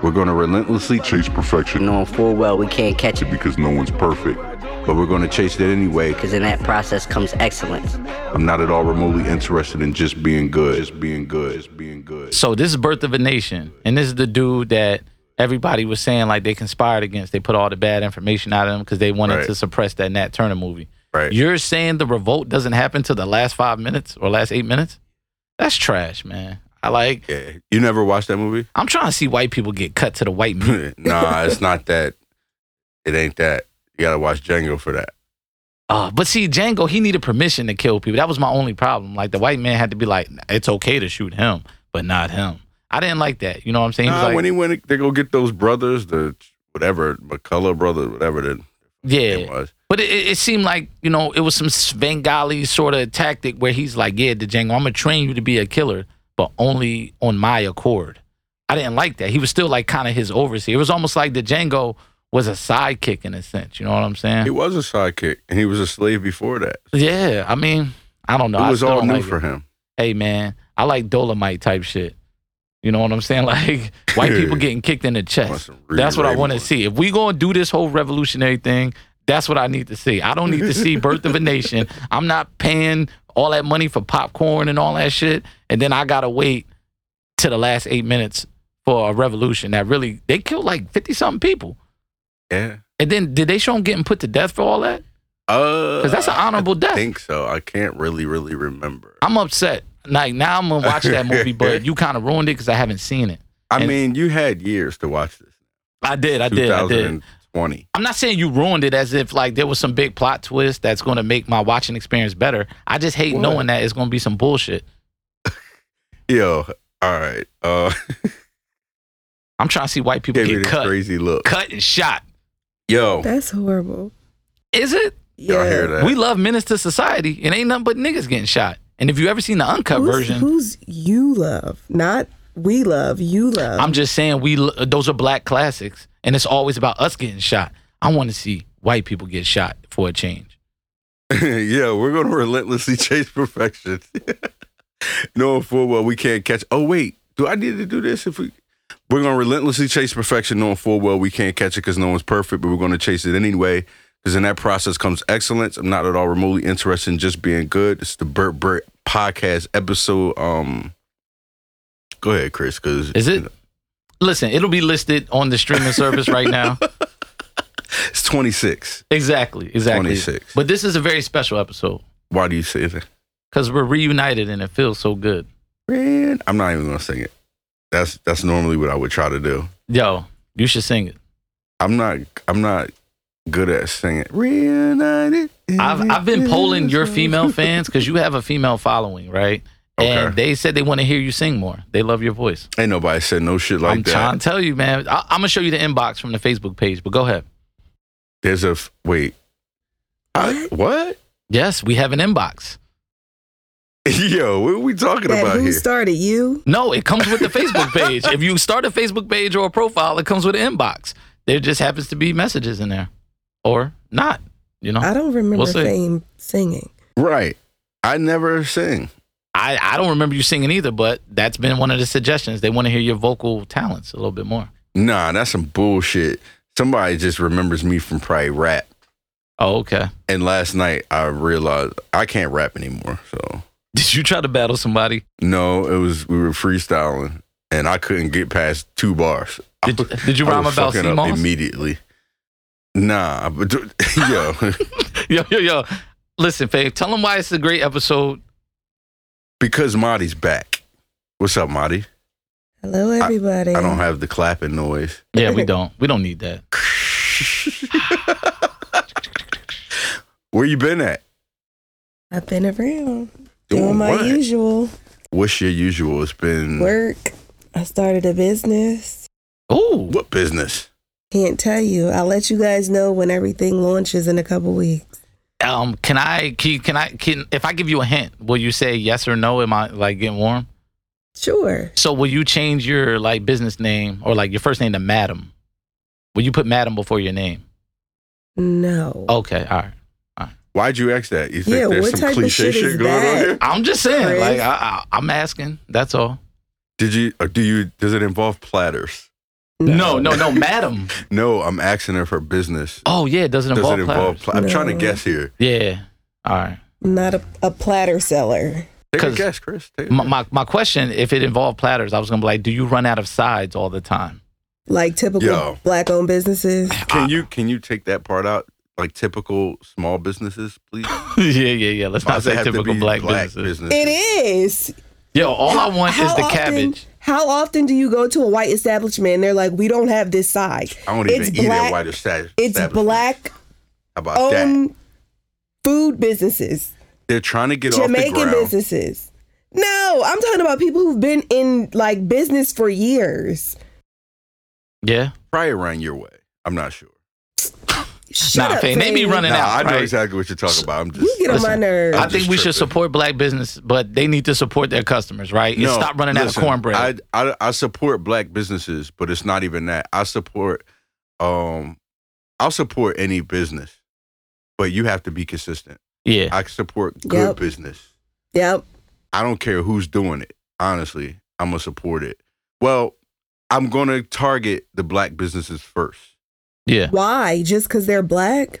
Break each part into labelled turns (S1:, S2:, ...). S1: We're going to relentlessly chase perfection
S2: knowing full well we can't catch it
S1: because no one's perfect, but we're going to chase that anyway.
S2: because in that process comes excellence.
S1: I'm not at all remotely interested in just being good. Just being good. Just being good.
S3: So this is Birth of a Nation, and this is the dude that everybody was saying like they conspired against. They put all the bad information out of him because they wanted
S1: Right.
S3: to suppress that Nat Turner movie.
S1: Right.
S3: You're saying the revolt doesn't happen till the last five minutes or last eight minutes? That's trash, man. I like.
S1: Yeah. You never watched that movie?
S3: I'm trying to see white people get cut to the white meat.
S1: nah, it's not that. It ain't that. You gotta watch Django for that.
S3: Uh, but see, Django, he needed permission to kill people. That was my only problem. Like the white man had to be like, it's okay to shoot him, but not him. I didn't like that. You know what I'm saying? He was
S1: Nah,
S3: like,
S1: when he went, they go get those brothers, the whatever McCullough brothers, whatever that
S3: yeah.
S1: it was.
S3: But it, it it seemed like, you know, it was some Svengali sort of tactic where he's like, yeah, Django, I'm going to train you to be a killer, but only on my accord. I didn't like that. He was still like kind of his overseer. It was almost like Django was a sidekick in a sense. You know what I'm
S1: He
S3: saying?
S1: was a sidekick, and he was a slave before that.
S3: Yeah. I mean, I don't know. I
S1: it was
S3: still
S1: all
S3: don't
S1: new
S3: like it.
S1: for him.
S3: hey man, I like Dolomite type shit. You know what I'm saying? Like white people getting kicked in the
S1: Want
S3: chest.
S1: some real
S3: That's what I want to
S1: Raymond.
S3: see. If we gonna do this whole revolutionary thing, that's what I need to see. I don't need to see Birth of a Nation. I'm not paying all that money for popcorn and all that shit, and then I gotta wait to the last eight minutes for a revolution that really they killed like fifty something people.
S1: Yeah.
S3: And then did they show him getting put to death for all that?
S1: Uh,
S3: Because that's an honorable
S1: I
S3: death.
S1: think so. I can't really, really remember.
S3: I'm upset. Like now I'm gonna watch that movie, but you kind of ruined it because I haven't seen it.
S1: I
S3: And-
S1: mean, you had years to watch this.
S3: I did, I did, I did.
S1: 2020.
S3: I'm not saying you ruined it as if like there was some big plot twist that's going to make my watching experience better. I just hate
S1: What?
S3: knowing that it's going to be some bullshit.
S1: Yo, all right. Uh,
S3: I'm trying to see white people
S1: gave me
S3: get
S1: this
S3: cut,
S1: crazy look.
S3: cut and shot.
S1: Yo,
S4: That's horrible.
S3: Is it?
S1: y'all hear that?
S3: We love menace to society. It ain't nothing but niggas getting shot. And if you ever seen the uncut
S4: Who's,
S3: version,
S4: who's you love? Not we love, you love.
S3: I'm just saying we l- those are black classics, and it's always about us getting shot. I want to see white people get shot for a change.
S1: yeah, we're going to relentlessly chase perfection. knowing full well we can't catch. Oh wait, do I need to do this? If we, we're going to relentlessly chase perfection, knowing full well we can't catch it because no one's perfect, but we're going to chase it anyway. Because in that process comes excellence. I'm not at all remotely interested in just being good. It's the Burt Burt podcast episode. Um, go ahead, Chris. Because
S3: Is it? Listen, it'll be listed on the streaming service right now.
S1: It's 26.
S3: Exactly, exactly.
S1: 26.
S3: But this is a very special episode
S1: Why do you say that?
S3: because we're reunited and it feels so good.
S1: Man, I'm not even going to sing it. That's that's normally what I would try to do.
S3: Yo, you should sing it.
S1: I'm not. I'm not good at singing. Reunited.
S3: I've I've been polling your female fans because you have a female following, right? And
S1: Okay.
S3: they said they want to hear you sing more. They love your voice.
S1: Ain't nobody said no shit like
S3: I'm
S1: that.
S3: trying to tell you, man. I, I'm gonna show you the inbox from the Facebook page, but go ahead.
S1: There's a f- wait. I, what?
S3: Yes, we have an inbox.
S1: Yo, what are we talking
S4: that
S1: about
S4: who
S1: here?
S4: started you?
S3: No, it comes with the Facebook page. If you start a Facebook page or a profile, it comes with an inbox. There just happens to be messages in there, or not. You know,
S4: I don't remember
S3: We'll see.
S4: Fame singing.
S1: right. I never sing.
S3: I, I don't remember you singing either, but that's been one of the suggestions. They want to hear your vocal talents a little bit more.
S1: Nah, that's some bullshit. Somebody just remembers me from probably rap.
S3: Oh, okay.
S1: And last night I realized I can't rap anymore. So
S3: Did you try to battle somebody?
S1: no, it was we were freestyling and I couldn't get past two bars.
S3: Did, did you
S1: I
S3: rhyme
S1: was
S3: about
S1: fucking up
S3: CMOS?
S1: immediately. Nah, but do- yo,
S3: Yo, yo, yo. Listen, Faye, tell them why it's a great episode.
S1: because Marty's back. What's up, Marty?
S4: Hello, everybody.
S1: I don't have the clapping noise.
S3: Yeah, we don't. We don't need that.
S1: Where you been at?
S4: I've been around
S1: Doing
S4: doing, my
S1: what? Hmm.
S4: usual
S1: What's your usual? It's been
S4: work. I started a business.
S3: Ooh.
S1: what business?
S4: Can't tell you. I'll let you guys know when everything launches in a couple weeks.
S3: Um, can I can, can I can if I give you a hint, will you say yes or no? Am I like getting warm?
S4: Sure.
S3: So will you change your like business name or like your first name to Madam? Will you put Madam before your name?
S4: No.
S1: Oh,
S3: Okay, all right.
S1: Why'd you ask that? You think
S4: Yeah,
S1: there's
S4: what
S1: some
S4: type of
S1: cliche
S4: shit is
S1: shit going on
S4: that?
S1: here?
S3: I'm just saying,
S4: Chris.
S3: like I, I, I'm asking. That's all.
S1: Did you? Or do you? Does it involve platters?
S3: No, no, no, madam.
S1: No, I'm asking her for business.
S3: Oh yeah, does it
S1: Does
S3: involve,
S1: it involve?
S3: platters?
S1: Pla- I'm trying to
S4: No.
S1: guess here.
S3: Yeah. All right.
S4: Not a, a platter seller.
S1: Take a
S3: 'Cause
S1: guess, Chris. Take a
S3: My,
S1: guess.
S3: my my question, if it involved platters, I was gonna be like, do you run out of sides all the time?
S4: Like typical
S1: Yo.
S4: black owned businesses.
S1: can you can you take that part out? Like typical small businesses, please.
S3: yeah, yeah, yeah. Let's
S1: Why
S3: not
S1: does it
S3: say
S1: have to
S3: typical
S1: be
S3: black, business.
S4: It is.
S3: Yo, all I want is the
S4: often,
S3: cabbage.
S4: How often do you go to a white establishment and they're like, we don't have this side?
S1: I don't even
S4: It's
S1: eat
S4: black-
S1: at white establishments.
S4: It's black
S1: How about that?
S4: owned food businesses,
S1: They're trying to get off the
S4: Jamaican
S1: ground.
S4: businesses. No, I'm talking about people who've been in like business for years.
S3: Yeah.
S1: Probably around your way. I'm not sure.
S4: Shut
S3: Nah,
S4: up,
S3: Faye, they be
S4: Faye.
S3: running
S1: Nah,
S3: out,
S1: I know
S3: right?
S1: exactly what you're talking about. I'm just
S4: You get on my
S3: Listen,
S4: nerves.
S1: I'm
S3: I think
S1: just
S3: we should
S1: tripping.
S3: support black business, but they need to support their customers, right? And stop running out
S1: listen,
S3: of cornbread.
S1: I, I I support black businesses, but it's not even that. I support um I'll support any business, but you have to be consistent.
S3: yeah.
S1: I support good
S4: Yep.
S1: business.
S4: yep.
S1: I don't care who's doing it. Honestly, I'm gonna support it. Well, I'm gonna target the black businesses first.
S3: yeah.
S4: Why? Just because they're black?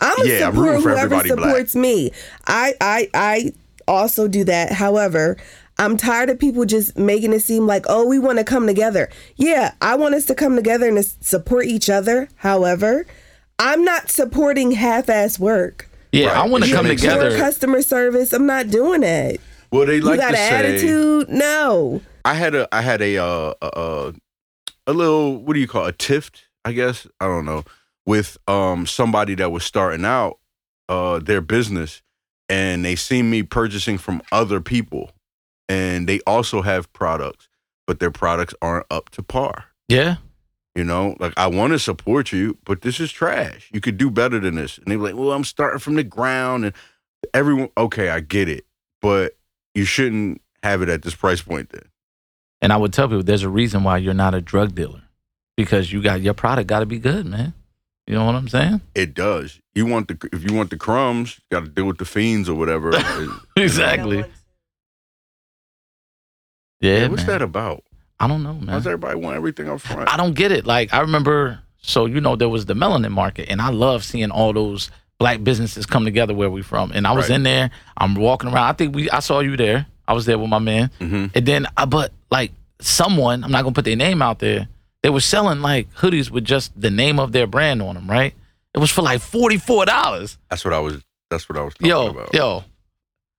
S4: I'm gonna
S1: Yeah, I'm
S4: support
S1: rooting for
S4: whoever
S1: everybody black.
S4: supports me. I, I I also do that. However, I'm tired of people just making it seem like, oh, we want to come together. Yeah, I want us to come together and to s- support each other. However, I'm not supporting half-ass work.
S3: Yeah.
S1: Right.
S3: I want
S1: It
S3: to
S1: should
S3: come
S1: make
S3: together.
S4: Poor customer service. I'm not doing it.
S1: Well, they like
S4: you got
S1: to
S4: an
S1: say
S4: attitude? No.
S1: I had a I had a uh, a, a a little what do you call it? a tift? I guess I don't know with um somebody that was starting out uh their business, and they seen me purchasing from other people, and they also have products, but their products aren't up to par.
S3: yeah.
S1: You know, like I want to support you, but this is trash. You could do better than this. And they were like, well, I'm starting from the ground, and everyone. Okay, I get it, but you shouldn't have it at this price point then.
S3: And I would tell people there's a reason why you're not a drug dealer because you got your product got to be good, man. You know what I'm saying?
S1: It does. You want the if you want the crumbs, you got to deal with the fiends or whatever.
S3: Exactly. Yeah.
S1: what's
S3: man.
S1: that about?
S3: I don't know, man.
S1: How's everybody want everything up front?
S3: I don't get it. Like I remember, so you know, there was the melanin market, and I love seeing all those black businesses come together where we from. And I was
S1: Right.
S3: in there. I'm walking around. I think we. I saw you there. I was there with my man.
S1: Mhm.
S3: And then, I, but like someone, I'm not gonna put their name out there. They were selling like hoodies with just the name of their brand on them, right? It was for like forty four dollars.
S1: That's what I was. That's what I was talking
S3: Yo,
S1: about.
S3: yo.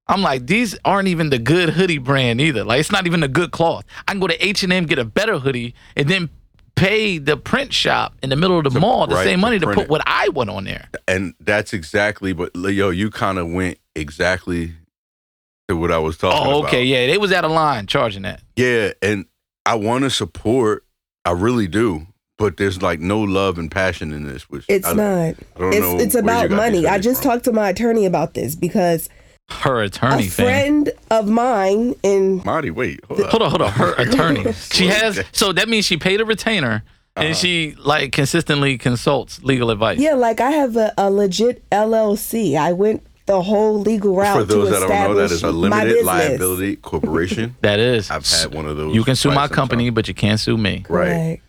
S3: I'm like, these aren't even the good hoodie brand either. Like, it's not even a good cloth. I can go to H and M get a better hoodie, and then pay the print shop in the middle of the
S1: To-
S3: mall the
S1: right,
S3: same
S1: to
S3: money to,
S1: print
S3: put
S1: it.
S3: what I want on there.
S1: And that's exactly. But yo, you kind of went exactly to what I was talking.
S3: Oh, okay,
S1: about.
S3: yeah, they was out of line charging that.
S1: Yeah, and I want to support. I really do. But there's like no love and passion in this, which
S4: It's
S1: I,
S4: not.
S1: I don't know
S4: It's it's
S1: where you
S4: about
S1: got these
S4: money. I
S1: hoodies
S4: just
S1: from.
S4: talked to my attorney about this because
S3: Her
S4: a
S3: attorney thing.
S4: friend of mine in
S1: Marty, wait, hold,
S3: Hold on, hold on. Her attorney.
S1: Slow
S3: she has.
S1: down.
S3: So that means she paid a retainer,
S1: Uh-huh.
S3: and she like consistently consults legal advice.
S4: Yeah, like I have a, a legit LLC. I went the whole legal route
S1: For those
S4: to
S1: that don't know, that is a
S4: establish my
S1: limited
S4: business.
S1: liability corporation.
S3: That is.
S1: I've had one of those.
S3: You can sue
S1: quite
S3: my
S1: some
S3: company,
S1: time.
S3: but you can't sue me.
S1: right?
S4: Correct.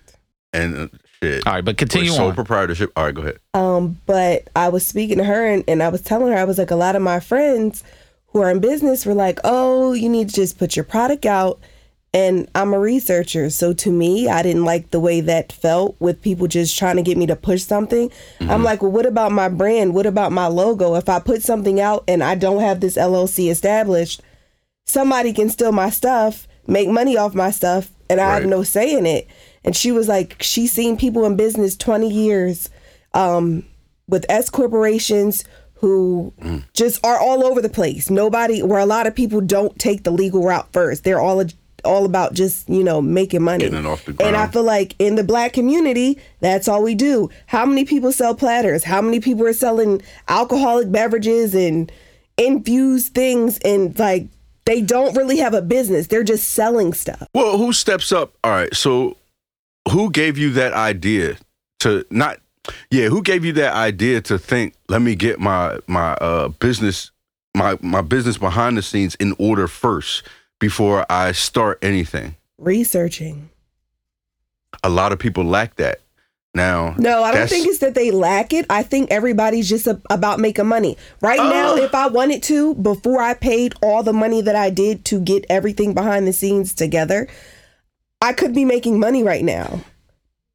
S1: And uh, shit.
S3: All right, but
S1: We're
S3: continue
S1: sole
S3: on.
S1: proprietorship. All right, go ahead.
S4: Um, but I was speaking to her and, and I was telling her, I was like, a lot of my friends who are in business were like, oh, you need to just put your product out. And I'm a researcher. So to me, I didn't like the way that felt with people just trying to get me to push something. I'm like, well, what about my brand? What about my logo? If I put something out and I don't have this LLC established, somebody can steal my stuff, make money off my stuff, and I have
S1: Right.
S4: no say in it. And she was like, she's seen people in business 20 years um, with S corporations who just are all over the place. Nobody, where a lot of people don't take the legal route first. They're all all about just you know making money.
S1: Getting it off the
S4: And I
S1: ground.
S4: feel like in the black community, that's all we do. How many people sell platters? How many people are selling alcoholic beverages and infused things? And like they don't really have a business. They're just selling stuff.
S1: Well, who steps up? All right. So, who gave you that idea to not? Yeah, who gave you that idea to think? Let me get my my uh, business my my business behind the scenes in order first before I start anything.
S4: Researching.
S1: a lot of people lack that. Now,
S4: No, I don't
S1: that's-
S4: think it's that they lack it. I think everybody's just a- about making money. Right
S3: Oh.
S4: now,
S1: Ugh.
S4: if I wanted to, before I paid all the money that I did to get everything behind the scenes together, I could be making money right now.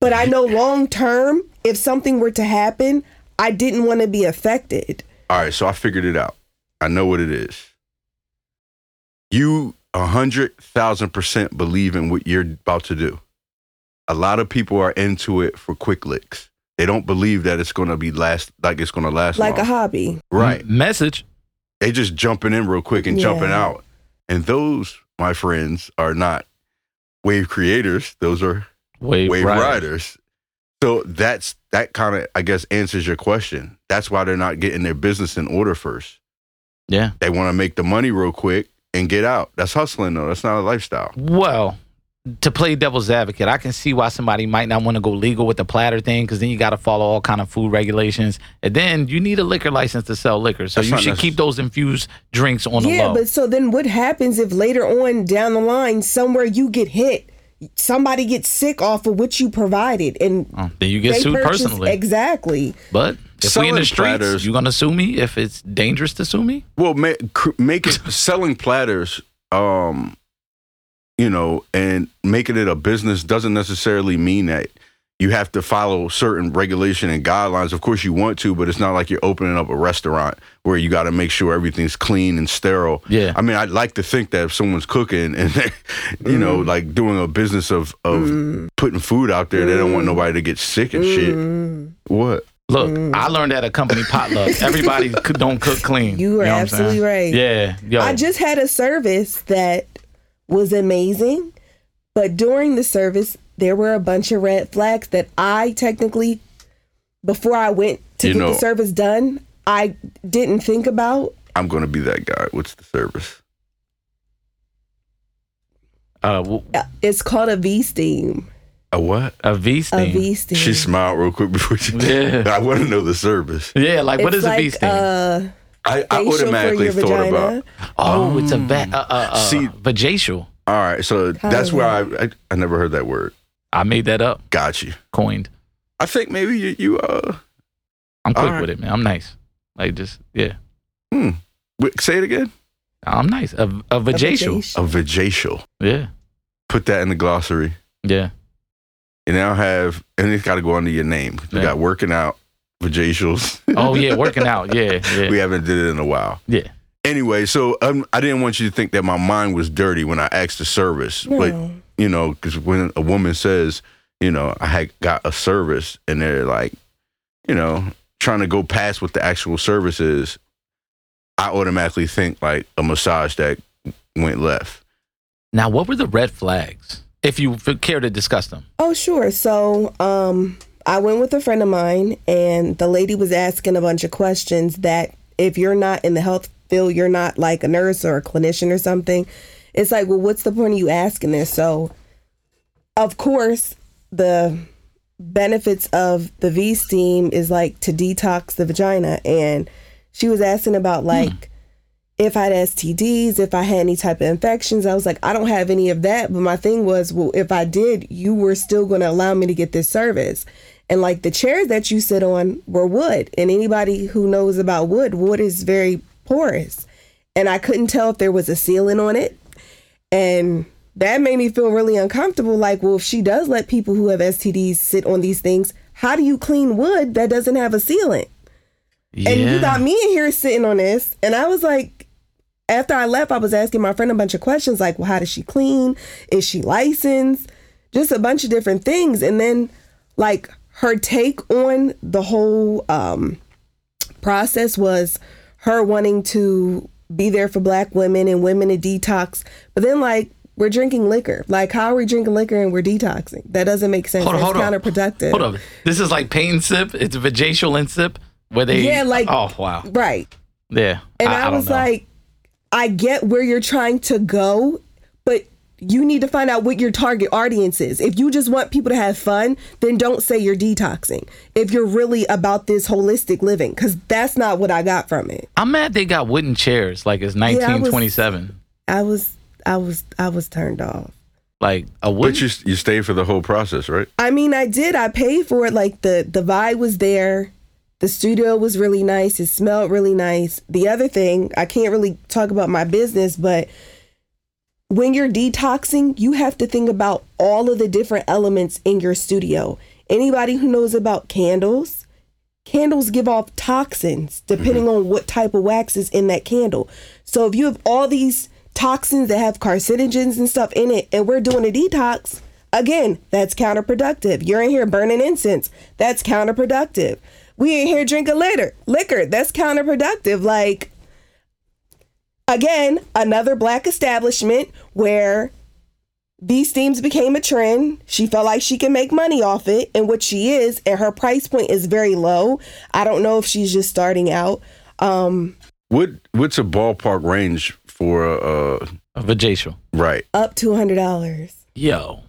S4: But I know long term, if something were to happen, I didn't want to be affected.
S1: All right, so I figured it out. I know what it is. You a hundred thousand percent believe in what you're about to do. A lot of people are into it for quick licks. They don't believe that it's gonna be last like it's gonna last
S4: like a
S1: long.
S4: hobby.
S1: right.
S3: M- message.
S1: They just jumping in real quick and jumping
S4: Yeah.
S1: out. And those, my friends, are not wave creators. Those are
S3: Wave,
S1: wave
S3: rider.
S1: riders. So that's that kind of I guess answers your question. That's why they're not getting their business in order first.
S3: Yeah.
S1: They want to make the money real quick and get out. That's hustling though. That's not a lifestyle.
S3: Well, to play devil's advocate, I can see why somebody might not want to go legal with the platter thing because then you got to follow all kind of food regulations, and then you need a liquor license to sell liquor. So
S1: That's
S3: you
S1: not
S3: should
S1: necess-
S3: keep those infused drinks on the
S4: Yeah,
S3: low.
S4: but so then what happens if later on down the line somewhere you get hit? Somebody gets sick off of what you provided and
S3: Oh, then you get
S4: they
S3: sued
S4: purchased-
S3: personally.
S4: Exactly.
S3: but if we in
S1: Selling
S3: the streets,
S1: platters-
S3: you gonna sue me if it's dangerous to sue me?
S1: Well, ma- cr- make it selling platters, um, you know, and making it a business doesn't necessarily mean that you have to follow certain regulation and guidelines. Of course, you want to, but it's not like you're opening up a restaurant where you got to make sure everything's clean and sterile.
S3: Yeah.
S1: I mean, I'd like to think that if someone's cooking and they're, you know, like doing a business of of putting food out there, they don't want nobody to get sick and
S4: Mm. Mm-hmm.
S1: shit. What?
S3: Look, I learned at a company potluck. Everybody c- don't cook clean.
S4: You are
S3: know what I'm
S4: absolutely
S3: saying?
S4: right.
S3: Yeah. Yo,
S4: I just had a service that was amazing, but during the service, there were a bunch of red flags that I technically, before I went to
S1: You
S4: get
S1: know-
S4: the service done, I didn't think about.
S1: I'm gonna be that guy. What's the service?
S3: uh, w-
S4: It's called a V steam.
S1: A what?
S3: a V steam.
S4: A V steam.
S1: She smiled real quick before she.
S3: Yeah.
S1: I want to know the service.
S3: Yeah, like what is
S4: It's
S3: a V
S4: like,
S3: steam?
S4: Uh,
S1: I, I
S4: facial for
S1: automatically
S4: your
S1: thought
S4: vagina.
S1: about.
S3: oh, it's a
S4: mm.
S3: va- uh, uh, uh,
S1: See-
S3: vajacial.
S1: All right, so that's
S4: of,
S1: where I, I I never heard that word.
S3: I made that up,
S1: Got you.
S3: coined.
S1: I think maybe you, you uh
S3: I'm quick
S1: Alright.
S3: with it, man. I'm nice. Like just yeah,
S1: hmm. wait, say it again.
S3: I'm nice. A, a
S4: a
S3: vajacial.
S1: A vajacial.
S3: Yeah,
S1: Put that in the glossary.
S3: yeah.
S1: You now have and it's got to go under your name. We
S3: Yeah.
S1: got working out vajacials.
S3: Oh yeah, working out. Yeah,
S1: we
S3: yeah,
S1: haven't did it in a while.
S3: yeah.
S1: Anyway, so um, I didn't want you to think that my mind was dirty when I asked the service, but
S4: no.
S1: you know, because when a woman says, you know, I had got a service and they're like, you know, trying to go past what the actual service is, I automatically think like a massage that went left.
S3: Now, what were the red flags? If you f- care to discuss them.
S4: Oh, sure. So, um, I went with a friend of mine, and the lady was asking a bunch of questions that if you're not in the health field, you're not like a nurse or a clinician or something. It's like, well, what's the point of you asking this? So, of course, the benefits of the V steam is like to detox the vagina. And she was asking about like if I had STDs, if I had any type of infections. I was like, I don't have any of that. But my thing was, well, if I did, you were still going to allow me to get this service. And like the chairs that you sit on were wood. And anybody who knows about wood, wood is very porous. And I couldn't tell if there was a ceiling on it. And that made me feel really uncomfortable. Like, well, if she does let people who have STDs sit on these things, how do you clean wood that doesn't have a ceiling?
S3: Yeah.
S4: And you got me in here sitting on this. And I was like, after I left, I was asking my friend a bunch of questions like, well, how does she clean? Is she licensed? Just a bunch of different things. And then, like, her take on the whole um, process was her wanting to be there for black women and women to detox. But then, like, we're drinking liquor. Like, how are we drinking liquor and we're detoxing? That doesn't make sense.
S3: Hold on,
S4: That's
S3: hold on.
S4: counterproductive.
S3: Hold up. This is like pain sip. It's vajacial and sip. Where they
S4: Yeah, like-
S3: oh wow
S4: Right.
S3: yeah.
S4: And I,
S3: don't
S4: was
S3: know.
S4: like, I get where you're trying to go, but you need to find out what your target audience is. If you just want people to have fun, then don't say you're detoxing. If you're really about this holistic living, because that's not what I got from it.
S3: I'm mad they got wooden chairs like it's
S4: I was-
S3: 1927.
S4: I was, I was, I was turned off.
S3: Like a
S1: But
S3: would
S1: you you stayed for the whole process, right?
S4: I mean, I did. I paid for it. Like the the vibe was there. The studio was really nice. It smelled really nice. The other thing, I can't really talk about my business, but when you're detoxing, you have to think about all of the different elements in your studio. Anybody who knows about candles, candles give off toxins depending on what type of wax is in that candle. So if you have all these toxins that have carcinogens and stuff in it, and we're doing a detox, again, that's counterproductive. You're in here burning incense, that's counterproductive. We in here drinking liquor, liquor, that's counterproductive. Like again, another black establishment where these themes became a trend. She felt like she can make money off it, and what she is, and her price point is very low. I don't know if she's just starting out. Um,
S1: What what's a ballpark range for uh
S3: of a Jacial.
S1: right?
S4: up to hundred dollars.
S3: Yo,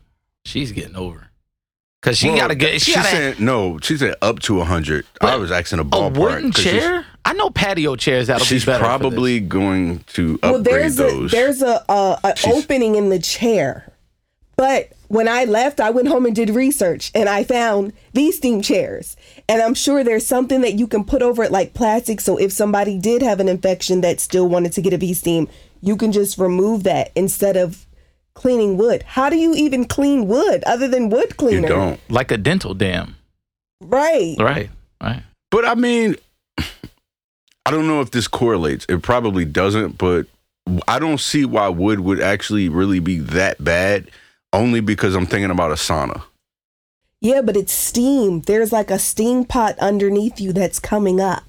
S3: she's getting over. Cause she
S1: Well,
S3: gotta get she,
S1: She
S3: gotta
S1: said no. She said up to hundred. I
S3: But
S1: was asking a
S3: a
S1: ballpark.
S3: wooden
S1: 'cause she's-
S3: chair. I know patio chairs that'll
S1: She's,
S3: be better. for this.
S1: probably going to upgrade
S4: Well, there's
S1: those.
S4: a there's a, a, a
S1: She's-
S4: opening in the chair, but when I left, I went home and did research, and I found these theme chairs. And I'm sure there's something that you can put over it, like plastic. So if somebody did have an infection that still wanted to get a steam, you can just remove that instead of cleaning wood. How do you even clean wood other than wood
S1: you
S4: cleaner?
S1: don't.
S3: like a dental dam.
S4: Right.
S3: Right. Right.
S1: But I mean, I don't know if this correlates. It probably doesn't, but I don't see why wood would actually really be that bad. Only because I'm thinking about a sauna.
S4: Yeah, but it's steam. There's like a steam pot underneath you that's coming up.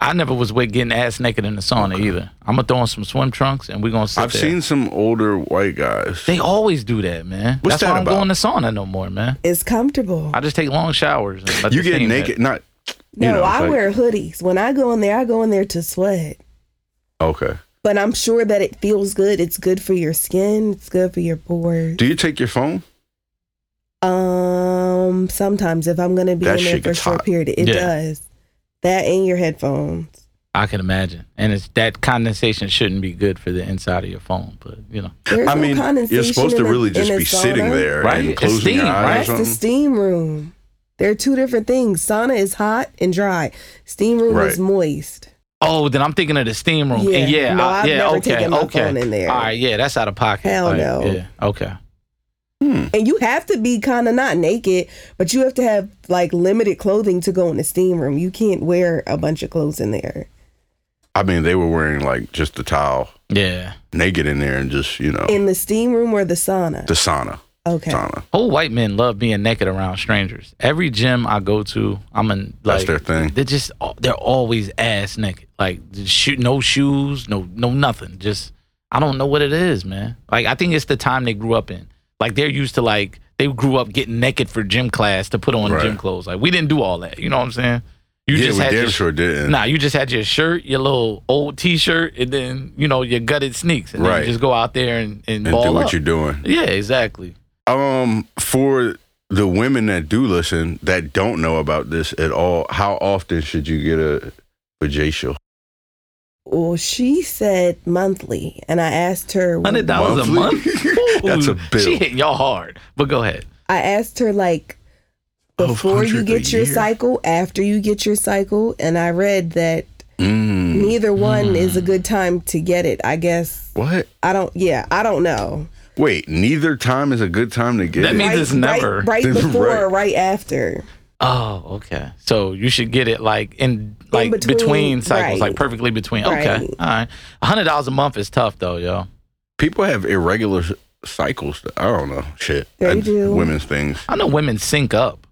S3: I never was with getting ass naked in the sauna either. I'm gonna throw on some swim trunks and we're gonna sit
S1: I've
S3: there.
S1: seen some older white guys.
S3: they always do that, man.
S1: What's
S3: That's why
S1: that
S3: I'm
S1: about?
S3: going to sauna no more, man.
S4: It's comfortable.
S3: I just take long showers. and let
S1: you
S3: the
S1: get
S3: steam
S1: naked,
S3: hit.
S1: not
S4: No,
S1: you know,
S4: I
S1: like-
S4: wear hoodies. When I go in there, I go in there to sweat.
S1: okay.
S4: But I'm sure that it feels good. It's good for your skin. It's good for your pores.
S1: Do you take your phone?
S4: Um, sometimes if I'm gonna be
S1: That
S4: in there
S1: shit
S4: for a
S1: gets
S4: short
S1: hot.
S4: period, it
S3: Yeah.
S4: does. That and your headphones.
S3: I can imagine, and it's that condensation shouldn't be good for the inside of your phone, but you know,
S4: There's
S1: I
S4: no
S1: mean, you're
S4: condensation
S1: supposed
S4: in
S1: to
S4: a-
S1: really
S4: in
S1: just
S4: a
S1: be sitting
S4: sauna.
S1: there
S3: Right,
S1: and
S3: it's
S1: closing
S3: steam,
S1: your eyes.
S4: That's
S1: or
S4: the
S1: something.
S4: steam room. There are two different things. Sauna is hot and dry. Steam room
S1: Right.
S4: is moist.
S3: oh, then I'm thinking of the steam room.
S4: Yeah.
S3: And yeah,
S4: No,
S3: I-
S4: I've
S3: yeah,
S4: never
S3: okay,
S4: taken my
S3: okay.
S4: phone in there.
S3: All right, yeah, that's out of pocket.
S4: Hell
S3: Like,
S4: no.
S3: Yeah, okay.
S1: Hmm.
S4: And you have to be kind of not naked, but you have to have like limited clothing to go in the steam room. You can't wear a bunch of clothes in there.
S1: I mean, they were wearing like just the towel
S3: Yeah,
S1: naked in there and just you know
S4: In the steam room or the sauna?
S1: the sauna,
S4: okay.
S1: sauna.
S3: whole white men love being naked around strangers. Every gym I go to, I'm in
S1: That's
S3: like
S1: their thing.
S3: they're just they're always ass naked like shoot no shoes no no nothing just i don't know what it is man like i think it's the time they grew up in like they're used to like they grew up getting naked for gym class to put on
S1: Right.
S3: gym clothes like we didn't do all that you know what i'm saying you
S1: yeah, we
S3: had
S1: damn
S3: your,
S1: sure didn't.
S3: nah you just had your shirt your little old t-shirt and then you know your gutted sneaks and then
S1: Right.
S3: you just go out there and and,
S1: and
S3: ball
S1: do what
S3: up.
S1: you're doing.
S3: yeah exactly
S1: Um, for the women that do listen that don't know about this at all, how often should you get a vajacial?
S4: Well, she said monthly, and I asked her.
S3: hundred dollars a month
S1: Monthly? That's a
S3: Ooh,
S1: bill.
S3: she hitting y'all hard but go ahead
S4: I asked her like before
S1: 100
S4: you
S1: Oh, a
S4: get your
S1: year?
S4: cycle, after you get your cycle, and I read that
S1: Mm,
S4: neither one is a good time to get it. I guess
S1: what?
S4: I don't. Yeah, I don't know.
S1: Wait, neither time is a good time to get
S3: That
S1: it.
S3: means- it's never.
S4: right,
S1: Right.
S4: before or right after.
S3: Oh, okay. So you should get it like in like between,
S4: between,
S3: cycles, like
S4: right.
S3: perfectly between. Okay,
S4: Right.
S3: all right. hundred dollars a month is tough though, yo.
S1: People have irregular s- cycles. I don't know. Shit.
S4: They
S1: That's
S4: do.
S1: Women's things.
S3: I know women sync up,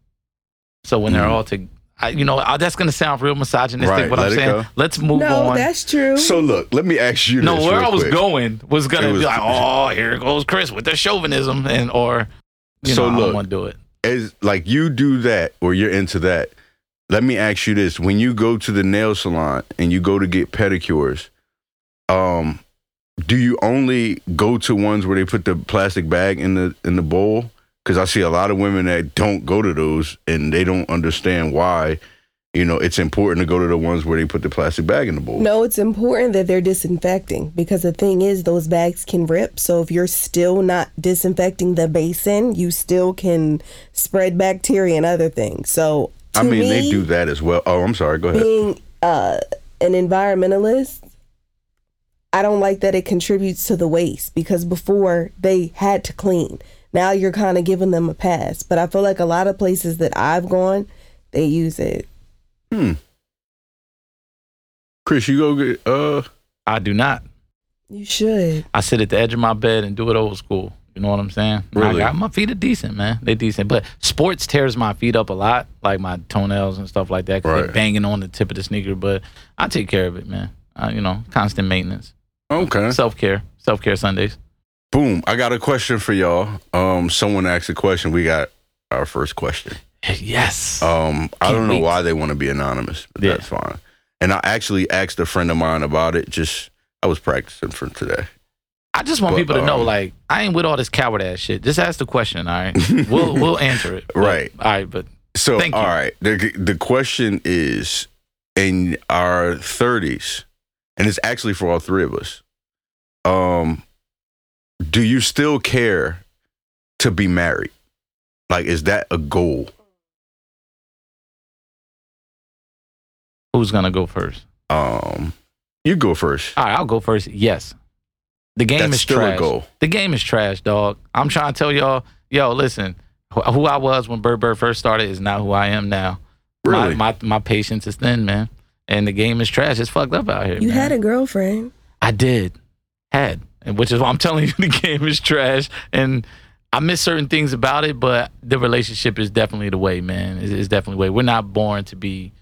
S3: so when they're
S1: Mhm.
S3: all to, I, you know, I, that's gonna sound real misogynistic.
S1: Right,
S3: What I'm
S1: let it
S3: saying.
S1: go.
S3: Let's move
S4: No,
S3: on.
S4: that's true.
S1: So look, let me ask you
S3: no,
S1: this.
S3: where
S1: real
S3: I was
S1: quick.
S3: going was gonna
S1: It was-
S3: be like, oh, here goes Chris with the chauvinism, and or you
S1: So
S3: know, I
S1: look,
S3: don't want to do it.
S1: as like you do that or you're into that, let me ask you this: When you go to the nail salon and you go to get pedicures, um, do you only go to ones where they put the plastic bag in the in the bowl? Because I see a lot of women that don't go to those and they don't understand why. You know, it's important to go to the ones where they put the plastic bag in the bowl.
S4: No, it's important that they're disinfecting because the thing is, those bags can rip. So if you're still not disinfecting the basin, you still can spread bacteria and other things. So to
S1: I mean,
S4: me,
S1: they do that as well. Oh, I'm sorry. Go ahead.
S4: being uh, an environmentalist, I don't like that it contributes to the waste because before they had to clean. Now you're kind of giving them a pass. But I feel like a lot of places that I've gone, they use it.
S1: Hmm. Chris, you go get uh
S3: I do not.
S4: You should.
S3: I sit at the edge of my bed and do it old school. You know what I'm saying? And
S1: Really?
S3: I got my feet are decent, man. They decent, but sports tears my feet up a lot, like my toenails and stuff like that. 'cause
S1: Right.
S3: They're banging on the tip of the sneaker, but I take care of it, man. Uh, you know, constant maintenance,
S1: okay.
S3: self care, self care Sundays.
S1: Boom. I got a question for y'all. Um someone asked a question. We got our first question.
S3: Yes.
S1: Um I
S3: Can't
S1: don't know
S3: wait.
S1: why they want to be anonymous, but
S3: Yeah.
S1: that's fine. And I actually asked a friend of mine about it just I was practicing for today.
S3: I just want
S1: but,
S3: people to know,
S1: um,
S3: like, I ain't with all this coward ass shit. Just ask the question, all right? we'll we'll answer it. But-
S1: Right.
S3: all right, but
S1: So, all right,
S3: Thank you.
S1: The, the question is in our 30s, and it's actually for all three of us. Um, do you still care to be married? Like, is that a goal?
S3: who's gonna go first?
S1: Um, you go first.
S3: All right, I'll go first. Yes. The game
S1: That's
S3: is
S1: still
S3: trash.
S1: a goal.
S3: The game is trash, dog. I'm trying to tell y'all, yo, listen, wh- who I was when Bird Bird first started is not who I am now.
S1: Really?
S3: My, my my patience is thin, man. And the game is trash. It's fucked up out here.
S4: You
S3: man.
S4: had a girlfriend.
S3: I did. Had. And which is why I'm telling you the game is trash. And I miss certain things about it, but the relationship is definitely the way, man. It's, it's definitely the way. We're not born to be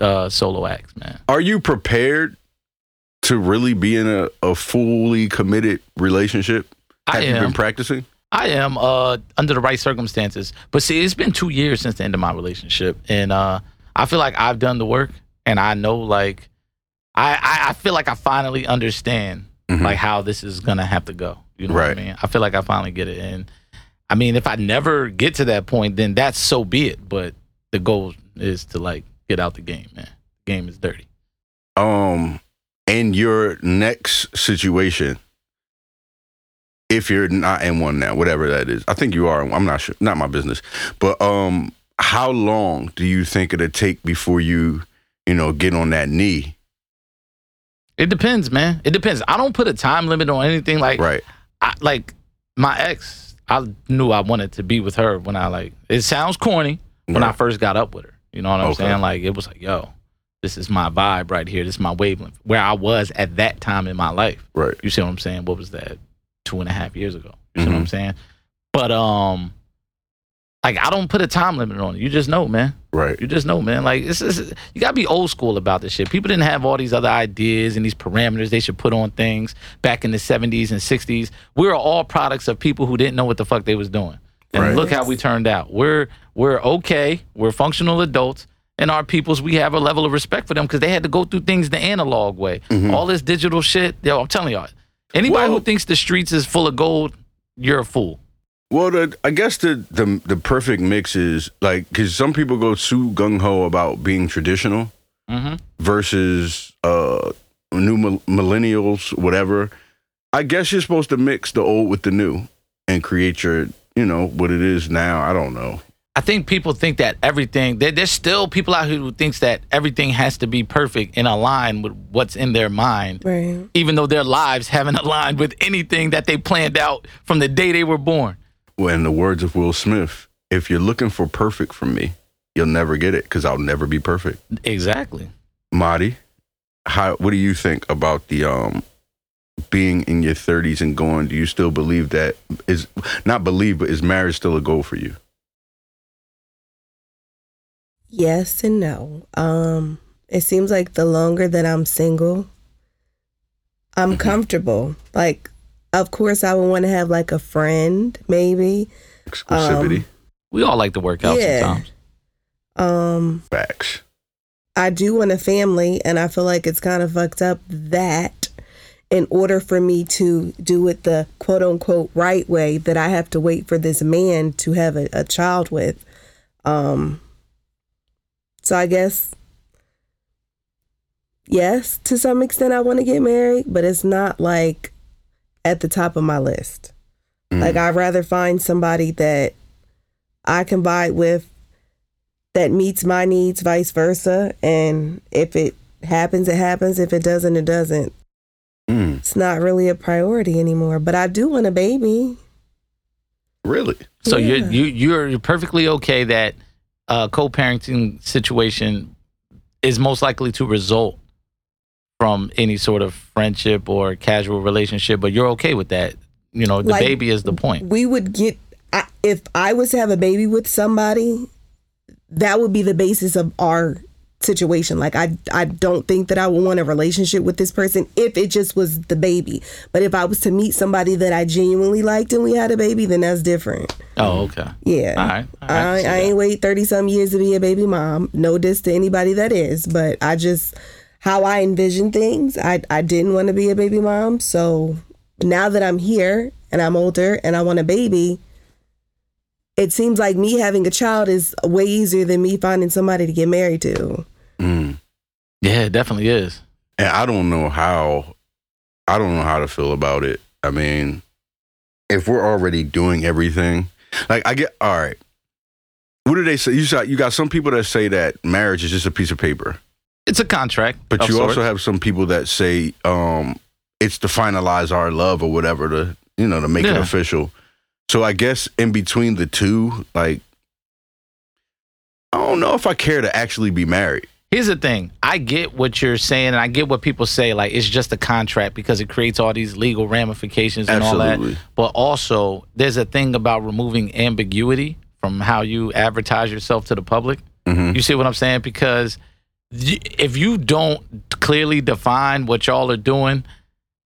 S3: uh, solo acts, man.
S1: Are you prepared to really be in a, a fully committed relationship?
S3: I
S1: Have you
S3: am.
S1: been practicing?
S3: I am uh, under the right circumstances. But see, it's been two years since the end of my relationship, and uh, I feel like I've done the work, and I know like I I, I feel like I finally understand
S1: Mhm.
S3: like how this is gonna have to go. You know
S1: Right.
S3: what I mean? I feel like I finally get it, and I mean, if I never get to that point, then that's so be it. But the goal is to like get out the game, man. The game is dirty.
S1: um in your next situation if you're not in one now whatever that is i think you are i'm not sure not my business but um how long do you think it'll take before you you know get on that knee
S3: It depends, man. It depends. I don't put a time limit on anything. Like
S1: right
S3: I, like my ex, I knew I wanted to be with her when I like. It sounds corny when I
S1: Right.
S3: first got up with her. You know what I'm
S1: Okay.
S3: saying? Like it was like, yo, this is my vibe right here. This is my wavelength. Where I was at that time in my life.
S1: right
S3: You see what I'm saying? What was that? Two and a half years ago. You see
S1: Mhm.
S3: what I'm saying? But um, like I don't put a time limit on it. You just know, man.
S1: right
S3: You just know, man. Like it's, it's you gotta be old school about this shit. People didn't have all these other ideas and these parameters they should put on things back in the '70s and '60s. We were all products of people who didn't know what the fuck they was doing. And
S1: Right.
S3: look how we turned out. We're we're okay. We're functional adults. And our peoples, we have a level of respect for them because they had to go through things the analog way. All this digital shit, yo, I'm telling y'all, anybody
S1: Mm-hmm. Well-
S3: who thinks the streets is full of gold, you're a fool.
S1: well the, i guess the, the the perfect mix is like because some people go too gung-ho about being traditional
S3: Mm-hmm.
S1: versus uh new mil- millennials whatever i guess you're supposed to mix the old with the new and create your you know what it is now i don't know
S3: I think people think that everything there, there's still people out here who thinks that everything has to be perfect and aligned with what's in their mind,
S4: Right.
S3: even though their lives haven't aligned with anything that they planned out from the day they were born.
S1: well in the words of will smith if you're looking for perfect from me you'll never get it because i'll never be perfect
S3: Exactly.
S1: Marty, how what do you think about the um being in your 30s and going do you still believe that is not believe but is marriage still a goal for you
S4: Yes and no. Um, it seems like the longer that I'm single, I'm comfortable. Like, of course, I would want to have like a friend, maybe.
S1: exclusivity
S4: Um,
S3: We all like to work out
S4: Yeah.
S3: sometimes.
S4: Um,
S1: facts
S4: I do want a family, and I feel like it's kind of fucked up that in order for me to do it the quote unquote right way, that I have to wait for this man to have a, a child with. Um, so I guess yes, to some extent, I want to get married, but it's not like at the top of my list. Like, I'd rather find somebody that I can vibe with that meets my needs, vice versa. And if it happens, it happens. If it doesn't, it doesn't.
S1: Mm,
S4: It's not really a priority anymore, but I do want a baby.
S1: really?
S3: So
S4: Yeah.
S3: you're you, you're you're perfectly okay that uh, co-parenting situation is most likely to result from any sort of friendship or casual relationship, but you're okay with that. You know, the
S4: Like-
S3: baby is the point.
S4: we would get I, if i was to have a baby with somebody that would be the basis of our situation like i i don't think that i would want a relationship with this person if it just was the baby but if i was to meet somebody that i genuinely liked and we had a baby then that's different
S3: Oh, okay.
S4: yeah
S3: All right. All right. I
S4: I,
S3: see
S4: I
S3: that.
S4: ain't wait 30 some years to be a baby mom. No diss to anybody that is, but I just, how I envision things, I, I didn't want to be a baby mom. So now that I'm here and I'm older and I want a baby, it seems like me having a child is way easier than me finding somebody to get married to.
S1: Mm.
S3: Yeah, it definitely is.
S1: And I don't know how. I don't know how to feel about it. I mean, if we're already doing everything, like I get all right. What do they say? You saw, you got some people that say that marriage is just a piece of paper,
S3: It's a contract.
S1: but
S3: of
S1: you
S3: sorts.
S1: also have some people that say um, it's to finalize our love or whatever to you know to make it
S3: Yeah.
S1: official. So I guess in between the two, like I don't know if I care to actually be married.
S3: Here's the thing. I get what you're saying, and I get what people say. Like it's just a contract because it creates all these legal ramifications and all that.
S1: Absolutely.
S3: But also, there's a thing about removing ambiguity from how you advertise yourself to the public.
S1: Mhm.
S3: You see what I'm saying? Because y- if you don't clearly define what y'all are doing,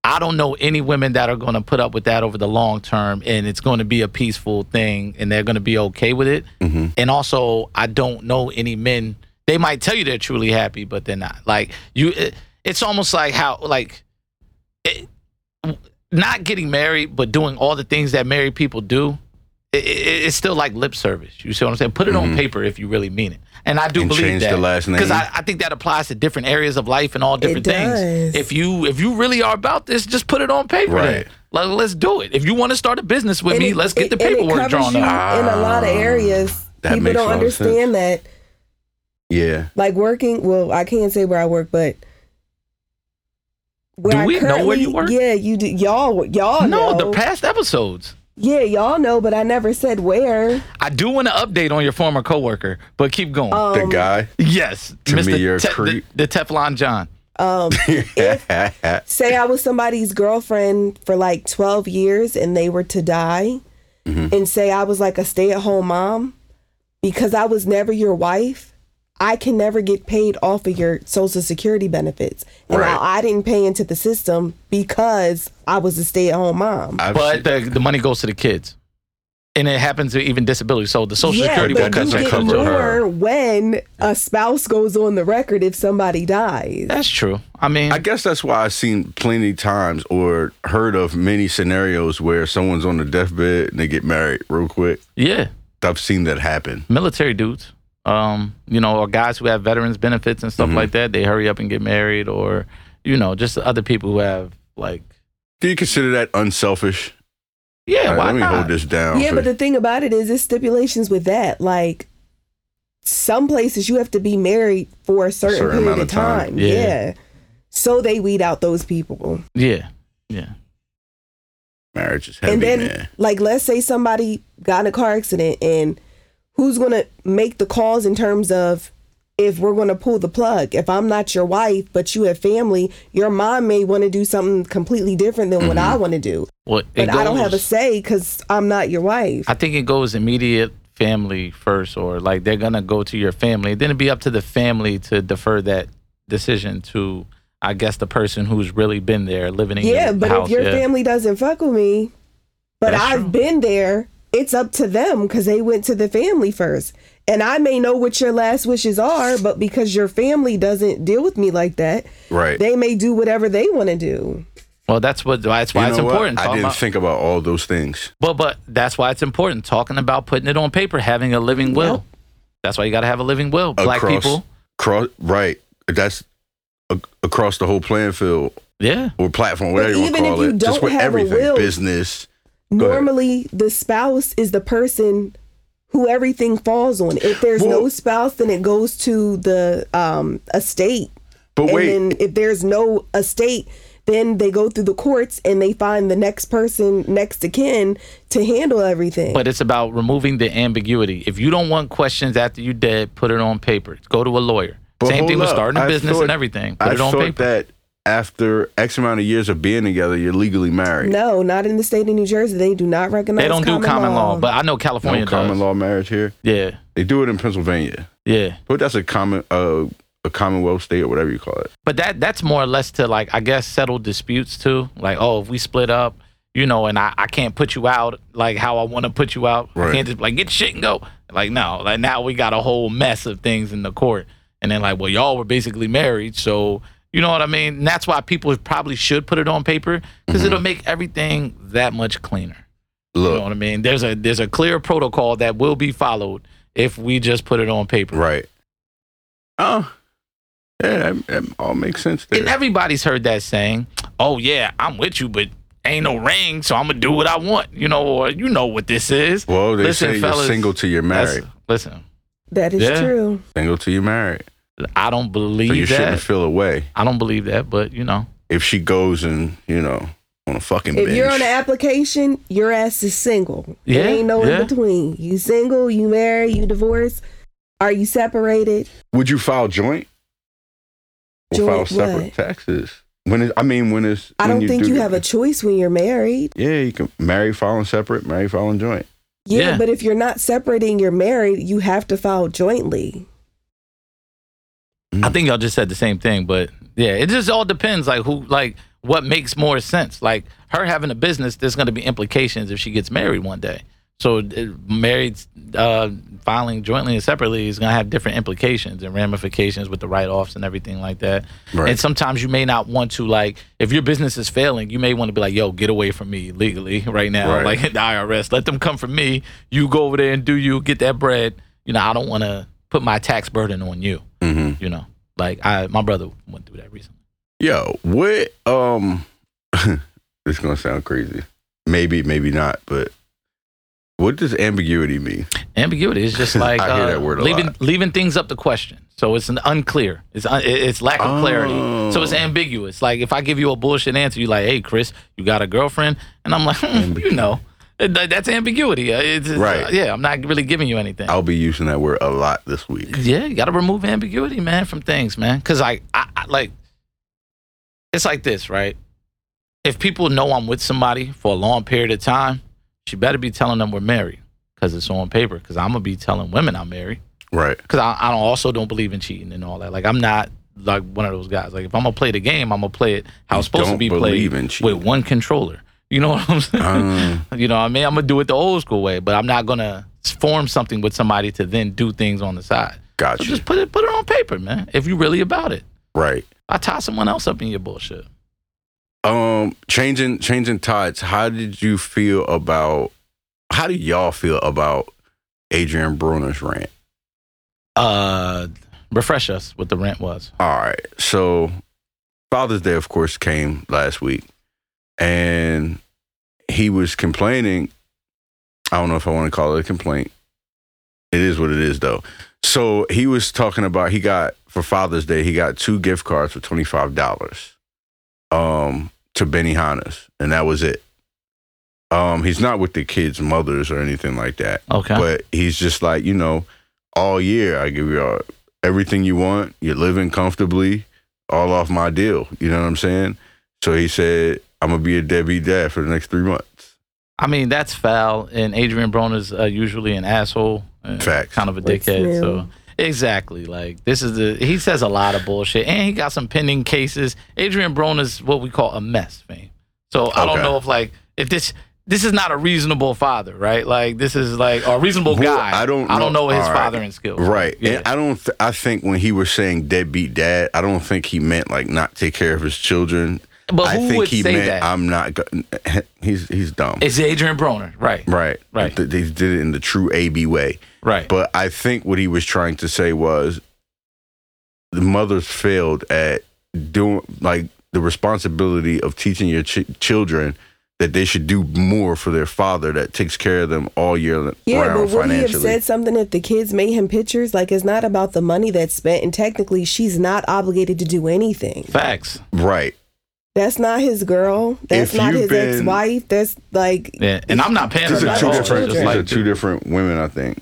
S3: I don't know any women that are going to put up with that over the long term, and it's going to be a peaceful thing, and they're going to be okay with it.
S1: Mm-hmm.
S3: And also, I don't know any men. They might tell you they're truly happy, but they're not. Like you, it, it's almost like how like it, not getting married, but doing all the things that married people do. It, it, it's still like lip service. You see what I'm saying? Put it on paper if you really mean it. And I
S1: Mm-hmm.
S3: do
S1: And
S3: believe
S1: change
S3: that
S1: the last name.
S3: because I, I think that applies to different areas of life and all different
S4: does.
S3: things. If you if you really are about this, just put it on paper. then.
S1: Right.
S3: Like, let's do it. If you want to start a business with
S4: And
S3: me,
S4: it-
S3: let's get the
S4: it- and it
S3: paperwork
S4: covers
S3: drawn
S4: you
S3: up. Ah,
S4: In a lot of areas,
S1: that
S4: people
S1: makes
S4: don't
S1: a lot of sense.
S4: understand that.
S1: Yeah.
S4: like working well i can't say where i work but where
S3: Do we know where you
S4: currently- yeah you do y'all y'all
S3: No,
S4: know.
S3: the past episodes.
S4: yeah y'all know but i never said where
S3: I do want to update on your former coworker, but keep going.
S4: um,
S1: the guy.
S3: yes,
S1: to me, you're a
S3: Te- the-
S1: creep.
S3: The, Teflon John.
S4: um say i was somebody's girlfriend for like 12 years and they were to die
S3: Mm-hmm.
S4: and say i was like a stay-at-home mom because i was never your wife i can never get paid off of your social security benefits and
S1: Right.
S4: I, I didn't pay into the system because i was a stay-at-home mom
S1: I've seen-
S3: But the, the money goes to the kids, and it happens to even disability. So the Social Security
S1: but
S3: will cut
S1: you
S3: some
S1: get
S3: coverage of her.
S4: more when a spouse goes on the record if somebody dies.
S3: That's true. I mean,
S1: I guess that's why I've seen plenty times or heard of many scenarios where someone's on the deathbed and they get married real quick.
S3: yeah,
S1: I've seen that happen.
S3: military dudes. Um, you know, or guys who have veterans benefits and stuff
S1: Mm-hmm.
S3: like that. They hurry up and get married, or you know, just other people who have like,
S1: Do you consider that unselfish?
S3: yeah,
S1: All right,
S3: why
S1: let me
S3: not?
S1: hold this down.
S4: Yeah,
S1: for-
S4: but the thing about it is, there's stipulations with that. Like, some places you have to be married for a certain,
S1: Certain
S4: period
S1: amount
S4: of
S1: of time.
S4: time.
S3: Yeah.
S4: Yeah. So they weed out those people.
S3: Yeah, yeah.
S1: marriage is heavy,
S4: and then,
S1: man.
S4: like, let's say somebody got in a car accident, and who's going to make the calls in terms of if we're going to pull the plug? If I'm not your wife, but you have family, your mom may want to do something completely different than what I want to do.
S3: Well, Mm-hmm. it
S4: but I don't have a
S3: goes-
S4: say because I'm not your wife.
S3: I think it goes immediate family first, or like they're gonna go to your family. Then it'd be up to the family to defer that decision to, I guess, the person who's really been there, living in
S4: yeah,
S3: your
S4: but
S3: house.
S4: if your
S3: yeah.
S4: family doesn't fuck with me, but
S3: That's
S4: I've
S3: true.
S4: been there, it's up to them because they went to the family first. And I may know what your last wishes are, but because your family doesn't deal with me like that,
S1: Right.
S4: they may do whatever they want to do.
S3: well, that's what that's why
S1: You
S3: it's
S1: know what?
S3: important.
S1: I
S3: talking
S1: didn't
S3: about-
S1: think about all those things.
S3: but but that's why it's important talking about putting it on paper, having a living will. That's why you gotta have a living will. Black
S1: Across-
S3: people,
S1: Cross, right. That's a- across the whole playing field
S3: Yeah.
S1: or platform,
S4: But
S1: whatever you want to
S4: even if
S1: call
S4: you
S1: it. Just
S4: don't
S1: with
S4: have a
S1: everything,
S4: will-
S1: business. Go ahead.
S4: Normally, the spouse is the person who everything falls on. If there's no
S1: Well-
S4: spouse, then it goes to the um, estate.
S1: But
S4: and
S1: wait,
S4: then if there's no estate, then they go through the courts and they find the next person next to kin to handle everything.
S3: But it's about removing the ambiguity. If you don't want questions after you dead, put it on paper. Go to a lawyer.
S1: but
S3: Same
S1: hold
S3: thing with
S1: up.
S3: starting a
S1: I
S3: business
S1: thought-
S3: and everything. Put
S1: I
S3: it on
S1: thought
S3: paper.
S1: that after X amount of years of being together, you're legally married.
S4: no, not in the state of New Jersey. They do not recognize.
S3: They don't do common law, but I know
S1: No
S3: California
S1: common
S3: does.
S1: law marriage here.
S3: Yeah.
S1: They do it in Pennsylvania,
S3: Yeah.
S1: but that's a common uh, a Commonwealth state or whatever you call it.
S3: But that that's more or less to like I guess settle disputes too. Like, oh, if we split up, you know, and I, I can't put you out like how I want to put you out. I
S1: Right.
S3: can't just like get shit and go. Like no, like now we got a whole mess of things in the court. And then like, well, y'all were basically married, so you know what I mean. And that's why people probably should put it on paper because it'll make everything that much cleaner. You
S1: Mm-hmm. Look,
S3: know what I mean? There's a there's a clear protocol that will be followed if we just put it on paper.
S1: right? Oh, yeah, that, that all makes sense. There.
S3: And everybody's heard that saying, "Oh yeah, I'm with you, but ain't no ring, so I'm gonna do what I want." You know, or you know what this is.
S1: well, they
S3: Listen,
S1: say
S3: fellas,
S1: you're single till you're
S3: That's-
S1: married.
S3: Listen,
S4: that is
S3: Yeah.
S4: true.
S1: Single till you're married.
S3: I don't believe
S1: So you
S3: that.
S1: shouldn't feel away
S3: I don't believe that, but you know,
S1: if she goes and you know on a fucking
S4: If
S1: binge.
S4: you're on an application, your ass is single.
S3: Yeah,
S4: There ain't no
S3: yeah.
S4: in between. You single, you married, you divorced. Are you separated?
S1: Would you file joint? Or
S4: Joint
S1: file separate
S4: what?
S1: taxes? When it, I mean, when it's
S4: I
S1: when
S4: don't think
S1: do
S4: you
S1: the-
S4: have a choice when you're married.
S1: Yeah, you can marry filing separate, marry filing joint.
S4: Yeah,
S3: Yeah.
S4: but if you're not separating, you're married, you have to file jointly.
S3: I think y'all just said the same thing. But yeah, it just all depends, like who, like what makes more sense. Like her having a business, there's gonna be implications if she gets married one day. So it- married, uh, filing jointly and separately is gonna have different implications and ramifications with the write-offs and everything like that.
S1: Right.
S3: And sometimes you may not want to like if your business is failing, you may want to be like, "Yo, get away from me legally right now."
S1: Right.
S3: Like the IRS, let them come for me. You go over there and do you get that bread. You know, I don't want to put my tax burden on you.
S1: Mm-hmm.
S3: You know, like I my brother went through that recently.
S1: Yo, what? Um, it's gonna sound crazy. Maybe, maybe not. But what does ambiguity mean?
S3: Ambiguity is just like
S1: I hear that
S3: uh,
S1: word a
S3: leaving
S1: lot.
S3: leaving things up to question. So it's an unclear. It's un, it- it's lack of clarity. So it's
S1: Oh.
S3: ambiguous. Like if I give you a bullshit answer, you like, "Hey, Chris, you got a girlfriend?" And I'm like, hmm, "You know, Th- that's ambiguity. Uh, It's, it's,
S1: Right.
S3: uh, yeah, I'm not really giving you anything."
S1: I'll be using that word a lot this week.
S3: Yeah, you got to remove ambiguity, man, from things, man. Because like, I, I like, it's like this, right? If people know I'm with somebody for a long period of time, she better be telling them we're married because it's on paper. Because I'm gonna be telling women I'm married.
S1: Right.
S3: Because I, I don't, also don't believe in cheating and all that. Like, I'm not like one of those guys. Like, if I'm gonna play the game, I'm gonna play it how it's supposed to
S1: don't
S3: be played
S1: believe in cheating.
S3: with one controller. You know what I'm saying?
S1: Um,
S3: You know what I mean? I'm gonna do it the old school way, but I'm not gonna form something with somebody to then do things on the side. So
S1: gotcha.
S3: just put it put it on paper, man. If you really about it,
S1: right.
S3: I tie someone else up in your bullshit.
S1: Um, changing changing tides. How did you feel about? How do y'all feel about Adrian Bruner's rant?
S3: Uh, refresh us what the rent was.
S1: All right. So Father's Day, of course, came last week, and he was complaining. I don't know if I want to call it a complaint. It is what it is, though. So he was talking about he got for Father's Day he got two gift cards for twenty five dollars, um, to Benihana's, and that was it. Um, he's not with the kids' mothers or anything like that.
S3: Okay.
S1: But he's just like, you know, all year I give you all, everything you want. You're living comfortably, all off my deal. You know what I'm saying? So he said, I'm gonna be a deadbeat dad for the next three months.
S3: I mean, that's foul, and Adrian Broner's uh, usually an asshole, and
S1: Facts.
S3: kind of a
S4: What's
S3: dickhead.
S4: new?
S3: So exactly, like this is the he says a lot of bullshit, and he got some pending cases. Adrian Broner's what we call a mess, fame. So I don't
S1: Okay.
S3: know if like if this. This is not a reasonable father, right? Like this is like a reasonable
S1: Well,
S3: guy.
S1: I don't
S3: I don't
S1: know-
S3: know his
S1: all right.
S3: fathering skills.
S1: Right.
S3: Yeah.
S1: And I don't. Th- I think when he was saying deadbeat dad, I don't think he meant like not take care of his children.
S3: But
S1: I
S3: who
S1: think
S3: would
S1: he
S3: say
S1: meant
S3: that?
S1: I'm not. Go- he's he's dumb.
S3: It's Adrian Broner, right?
S1: right.
S3: Right.
S1: They they did it in the true AB way.
S3: Right.
S1: But I think what he was trying to say was the mothers failed at doing like the responsibility of teaching your ch- children that they should do more for their father that takes care of them all year
S4: Yeah,
S1: round
S4: but would he have
S1: financially.
S4: said something if the kids made him pictures? Like, it's not about the money that's spent, and technically, she's not obligated to do anything.
S3: Facts.
S1: right.
S4: That's not his girl. That's
S1: If
S4: not
S1: you've
S4: his
S1: been-
S4: ex-wife. That's like,
S3: Yeah. And I'm not paying her
S1: These
S4: These
S1: are
S4: are
S3: that
S1: two
S3: at all.
S1: different.
S3: Just
S1: These
S3: like
S1: are two different women. I think.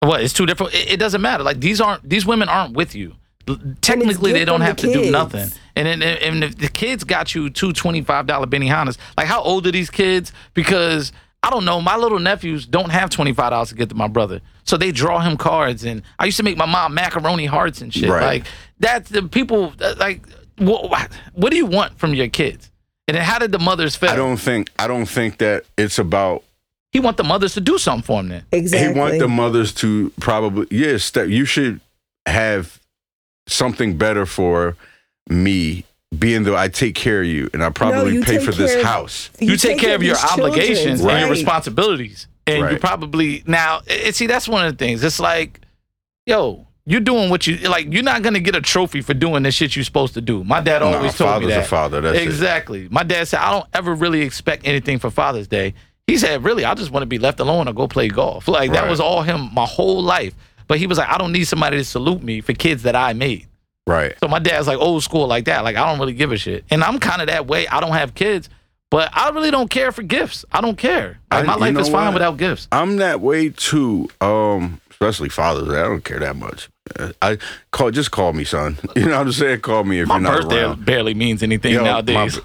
S3: What? It's two different. It, it doesn't matter. Like these aren't these women aren't with you. L- Technically, they
S4: good
S3: don't
S4: for
S3: have
S4: the
S3: to do
S4: kids.
S3: nothing. And then, and- and if the kids got you two twenty five dollar Benihanas, like how old are these kids? Because I don't know. My little nephews don't have twenty five dollars to get to my brother, so they draw him cards. And I used to make my mom macaroni hearts and shit.
S1: Right.
S3: Like that's the people. uh, Like what? What do you want from your kids? And then how did the mothers
S1: I
S3: feel?
S1: don't think. I don't think that it's about
S3: He want the mothers to do something for him. Then
S4: exactly.
S1: He want the mothers to probably yes that you should have something better for me being though I take care of you and I probably
S4: you
S1: pay
S4: take
S1: for this
S4: care of-
S1: house.
S3: you, take care of your
S4: these children,
S3: obligations and your
S1: Right.
S3: responsibilities and you
S1: Right.
S3: probably now and see that's one of the things it's like yo you're doing what you like you're not gonna get a trophy for doing the shit you're supposed to do my dad
S1: Nah,
S3: always told
S1: father's
S3: me that
S1: a father, that's it.
S3: exactly my dad said i don't ever really expect anything for father's day he said really i just want to be left alone or go play golf like that
S1: Right.
S3: was all him my whole life but he was like i don't need somebody to salute me for kids that i made
S1: Right.
S3: so my dad's like old school like that. Like I don't really give a shit. And I'm kind of that way. I don't have kids, but I really don't care for gifts. I don't care.
S1: I-
S3: Like, my
S1: you
S3: life
S1: know
S3: is fine
S1: what?
S3: without gifts.
S1: I'm that way too. Um especially fathers. I don't care that much. Uh, I call just call me son. You know what I'm saying? Call me if
S3: My
S1: you're not
S3: birthday
S1: around.
S3: barely means anything
S1: Yo, my-
S3: nowadays.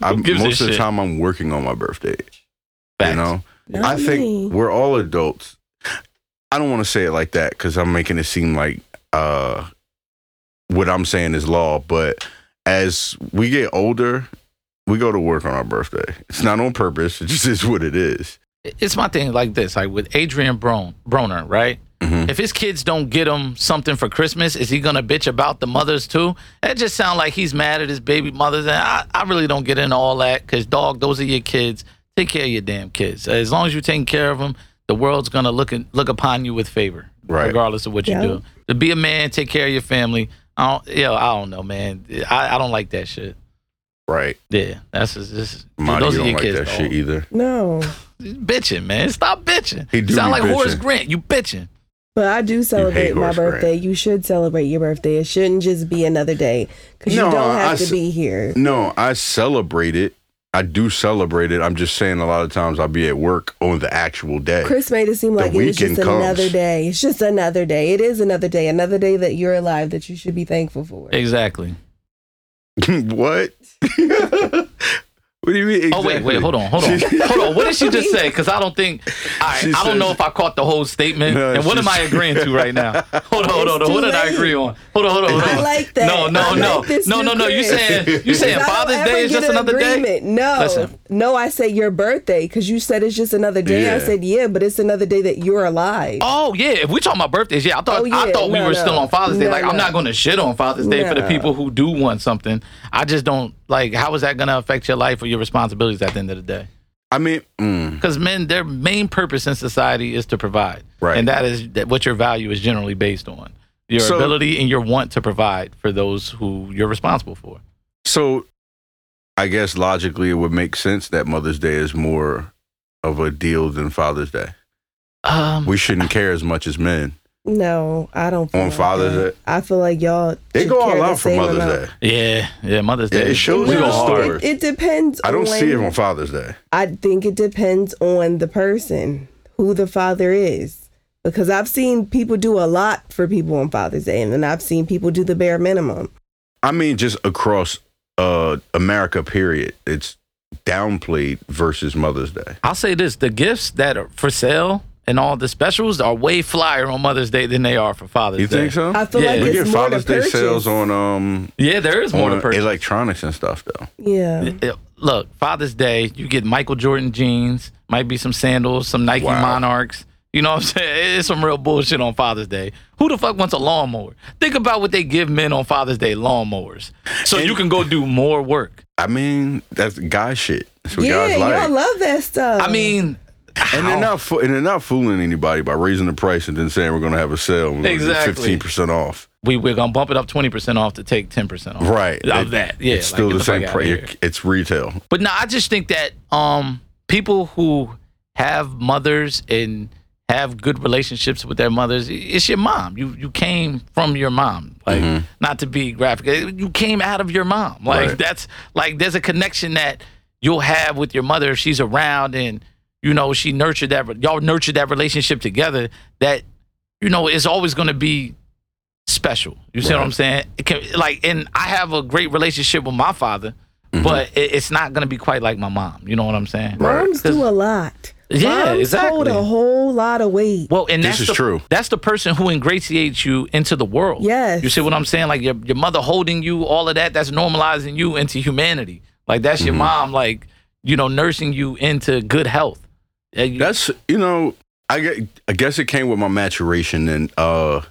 S1: I,
S3: Who gives a
S1: most of the
S3: shit?
S1: time I'm working on my birthday.
S3: Facts.
S1: You know,
S4: Not
S1: I think
S4: me.
S1: we're all adults. I don't want to say it like that because I'm making it seem like uh, what I'm saying is law. But as we get older, we go to work on our birthday. It's not on purpose. It just is what it is.
S3: It's my thing like this. Like with Adrian Bron- Broner, right?
S1: Mhm.
S3: If his kids don't get him something for Christmas, is he gonna bitch about the mothers too? That just sounds like he's mad at his baby mothers, and I, I really don't get into all that. Cause dog, those are your kids. Take care of your damn kids. As long as you're taking care of them, the world's gonna look in, look upon you with favor,
S1: Right.
S3: regardless of what
S4: Yeah.
S3: you do. To be a man, take care of your family. I don't, yo, I don't know, man. I, I don't like that shit.
S1: Right.
S3: Yeah, that's just, just
S1: Monty,
S3: those
S1: you
S3: are
S1: don't
S3: your
S1: like
S3: kids.
S1: that
S3: dog
S1: shit either.
S4: no,
S3: bitching, man. Stop bitching.
S1: He do
S3: Sound
S1: be
S3: like Horace
S1: bitching.
S3: Grant. You bitching.
S4: but I do celebrate my
S1: horse
S4: birthday. You should celebrate your birthday. It shouldn't just be another day because
S1: No,
S4: you don't
S1: I
S4: have to
S1: s-
S4: be here.
S1: No, I celebrate it. I do celebrate it. I'm just saying a lot of times I'll be at work on the actual day.
S4: Chris made it seem like it was
S1: weekend
S4: just
S1: comes.
S4: another day. It's just another day. It is another day. Another day that you're alive that you should be thankful for.
S3: Exactly.
S1: what? what do you mean?
S3: Oh wait,
S1: exactly?
S3: wait, hold on, hold on, hold on. What did she just say? Because I don't think. All right,
S1: She
S3: I don't know
S1: says-
S3: if I caught the whole statement.
S1: No,
S3: and what
S1: she
S3: am I
S1: said-
S3: agreeing to right now? Hold on, hold on.
S4: It's
S3: What
S4: too
S3: did I
S4: late.
S3: agree on? Hold on, hold on, hold on.
S4: I like that.
S3: No, no,
S4: I like
S3: no,
S4: this
S3: no,
S4: new
S3: no, no. You
S4: Chris.
S3: saying you saying
S4: I don't
S3: Father's
S4: ever
S3: Day is
S4: get
S3: just
S4: an
S3: another day?
S4: agreement. No,
S3: Listen.
S4: no. I said your birthday because you said it's just another day.
S1: Yeah.
S4: I said yeah, but it's another day that you're alive.
S3: Oh yeah, if we talking about birthdays, yeah, I thought
S4: Oh, yeah.
S3: I thought we
S4: No,
S3: were
S4: no.
S3: still on Father's Day.
S4: No,
S3: Like I'm
S4: no.
S3: not going to shit on Father's Day for the
S4: No.
S3: people who do want something. I just don't like. How is that going to affect your life or your responsibilities at the end of the day?
S1: I mean, mm.
S3: because men their main purpose in society is to provide
S1: Right.
S3: and that is that what your value is generally based on your
S1: So-
S3: ability and your want to provide for those who you're responsible for
S1: So, I guess logically, it would make sense that Mother's Day is more of a deal than Father's Day.
S4: Mm-hmm.
S3: um
S1: We shouldn't care as much as men.
S4: No, I don't. Feel
S1: On
S4: like
S1: Father's
S4: that.
S1: Day?
S4: I feel like y'all
S1: They
S4: should
S1: go all
S4: care the
S1: out for
S4: same
S1: Mother's
S4: amount.
S1: Day.
S3: yeah yeah mother's
S1: Yeah,
S3: day
S1: it shows
S3: we
S1: you
S3: go
S1: the story.
S3: hard
S1: hard.
S4: It, it depends.
S1: I don't
S4: on,
S1: see it on Father's Day.
S4: I think it depends on the person who the father is, because I've seen people do a lot for people on Father's Day, and then I've seen people do the bare minimum.
S1: I mean, just across uh, America, period. It's downplayed versus Mother's Day.
S3: i'll say this the gifts that are for sale and all the specials are way flyer on mother's day than they are for father's
S1: You
S3: day
S1: think so?
S4: I feel
S3: Yeah.
S4: like
S1: we
S4: it's
S1: get
S4: more
S1: Father's
S4: to
S1: Day
S4: purchase.
S1: sales on um
S3: yeah there is more to
S1: on
S3: purchase
S1: electronics and stuff though.
S4: Yeah.
S3: Yeah, look, Father's Day, you get Michael Jordan jeans, might be some sandals, some Nike
S1: Wow.
S3: Monarchs. You know what I'm saying? It's some real bullshit on Father's Day. Who the fuck wants a lawnmower? Think about what they give men on Father's Day lawnmowers. So you can go do more work.
S1: I mean, that's guy shit. That's what
S4: yeah,
S1: guys like.
S4: y'all love that stuff.
S3: I mean,
S1: Um, And they're not fo- and they're not fooling anybody by raising the price and then saying we're going to have a sale.
S3: Exactly.
S1: Fifteen percent off.
S3: we we're gonna bump it up twenty percent off to take ten percent off.
S1: Right.
S3: Of
S1: It-
S3: that. Yeah.
S1: it's
S3: like,
S1: still
S3: get
S1: the
S3: fuck
S1: same
S3: outta
S1: price.
S3: here.
S1: You're- It's retail.
S3: But no, I just think that um people who have mothers and have good relationships with their mothers, i- it's your mom. You you came from your mom. Like not to be graphic, eh, you came out of your mom. Like
S1: Right.
S3: that's like there's a connection that you'll have with your mother if she's around and you know she nurtured that re- y'all nurtured that relationship together that you know is always going to be special. You see what I'm saying? It can, like, and I have a great relationship with my father,
S1: Mm-hmm.
S3: but it, it's not gonna be quite like my mom. You know what I'm saying?
S4: Moms do a lot.
S3: Yeah,
S4: Moms Hold
S3: exactly.
S4: a whole lot of weight.
S3: Well, and
S1: This
S3: that's
S1: is
S3: the,
S1: true.
S3: That's the person who ingratiates you into the world.
S4: Yes.
S3: You see what I'm saying? Like your your mother holding you, all of that. That's normalizing you into humanity. Like that's
S1: Mm-hmm.
S3: your mom. Like you know, nursing you into good health. Yeah, you-
S1: That's you know, I gue- I guess it came with my maturation and uh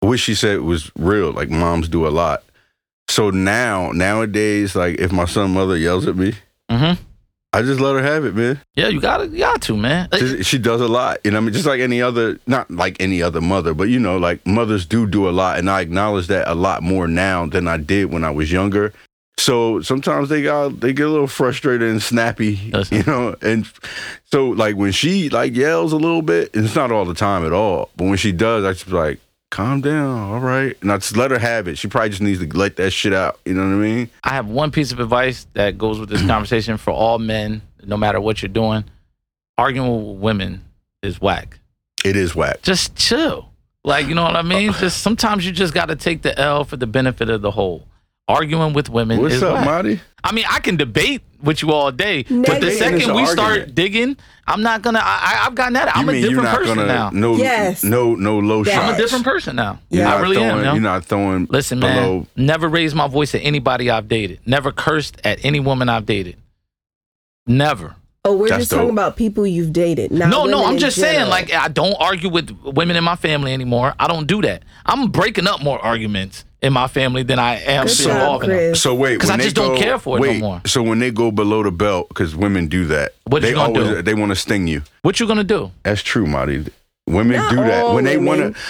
S1: what she said was real. Like moms do a lot. So now, nowadays, like if my son mother yells at me,
S3: Mhm.
S1: I just let her have it, man.
S3: yeah. You got to You got to man. Like,
S1: Just- she does a lot. You know, what I mean, just like any other, not like any other mother, but you know, like mothers do do a lot, and I acknowledge that a lot more now than I did when I was younger. So sometimes they got they get a little frustrated and snappy,
S3: That's-
S1: you know. And so like when she like yells a little bit, and it's not all the time at all, but when she does, I just be like, calm down, all right, and I just let her have it. She probably just needs to let that shit out. You know what I mean?
S3: I have one piece of advice that goes with this conversation for all men, no matter what you're doing. Arguing with women is whack.
S1: It is whack.
S3: Just chill. Like, you know what I mean? Just sometimes you just got to take the L for the benefit of the whole. Arguing with women
S1: What's
S3: is
S1: up,
S3: whack.
S1: Marty?
S3: I mean, I can debate with you all day, but the
S4: Debating
S3: second
S1: is an
S3: we start
S1: argument.
S3: digging, I'm not gonna. I, I, I've gotten that. I'm
S1: you
S3: a
S1: mean
S3: different
S1: you're not
S3: person
S1: gonna
S3: now.
S1: no
S4: Yes.
S1: no no low
S4: Yeah.
S1: shots?
S3: I'm a different person now.
S1: You're
S3: I
S1: not
S3: really
S1: throwing,
S3: am. yo.
S1: You're not throwing.
S3: Listen, man.
S1: below.
S3: Never raised my voice at anybody I've dated. Never cursed at any woman I've dated. Never.
S4: oh, we're
S1: That's
S4: just talking
S1: dope.
S4: about people you've dated. Not
S3: no, no.
S4: women
S3: I'm
S4: in
S3: just saying,
S4: general.
S3: like, I don't argue with women in my family anymore. I don't do that. I'm breaking up more arguments in my family than I am
S4: Good job,
S3: involving them.
S4: Chris.
S1: So wait,
S3: 'Cause
S1: when
S3: I
S1: they
S3: just don't
S1: go-
S3: care for it no
S1: wait,
S3: more.
S1: So when they go below the belt, because women do that,
S3: What
S1: they
S3: you gonna do?
S1: they want to sting you.
S3: What you gonna do?
S1: That's true, Marty. Women
S4: Not
S1: do that
S4: all
S1: when they want
S4: women.
S1: to.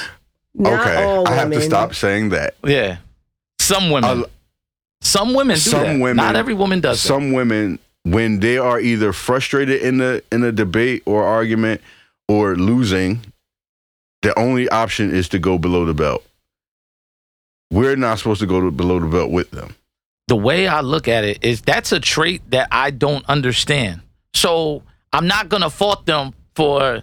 S4: Not
S1: Okay,
S4: all
S1: I have to
S4: women.
S1: stop saying that.
S3: Yeah. Some women.
S1: Uh,
S3: some women do
S1: some
S3: that.
S1: women-
S3: Not every woman does. that.
S1: Some women, when they are either frustrated in a in a debate or argument or losing, the only option is to go below the belt. We're not supposed to go to below the belt with them.
S3: the way I look at it is that's a trait that I don't understand. So I'm not gonna fault them for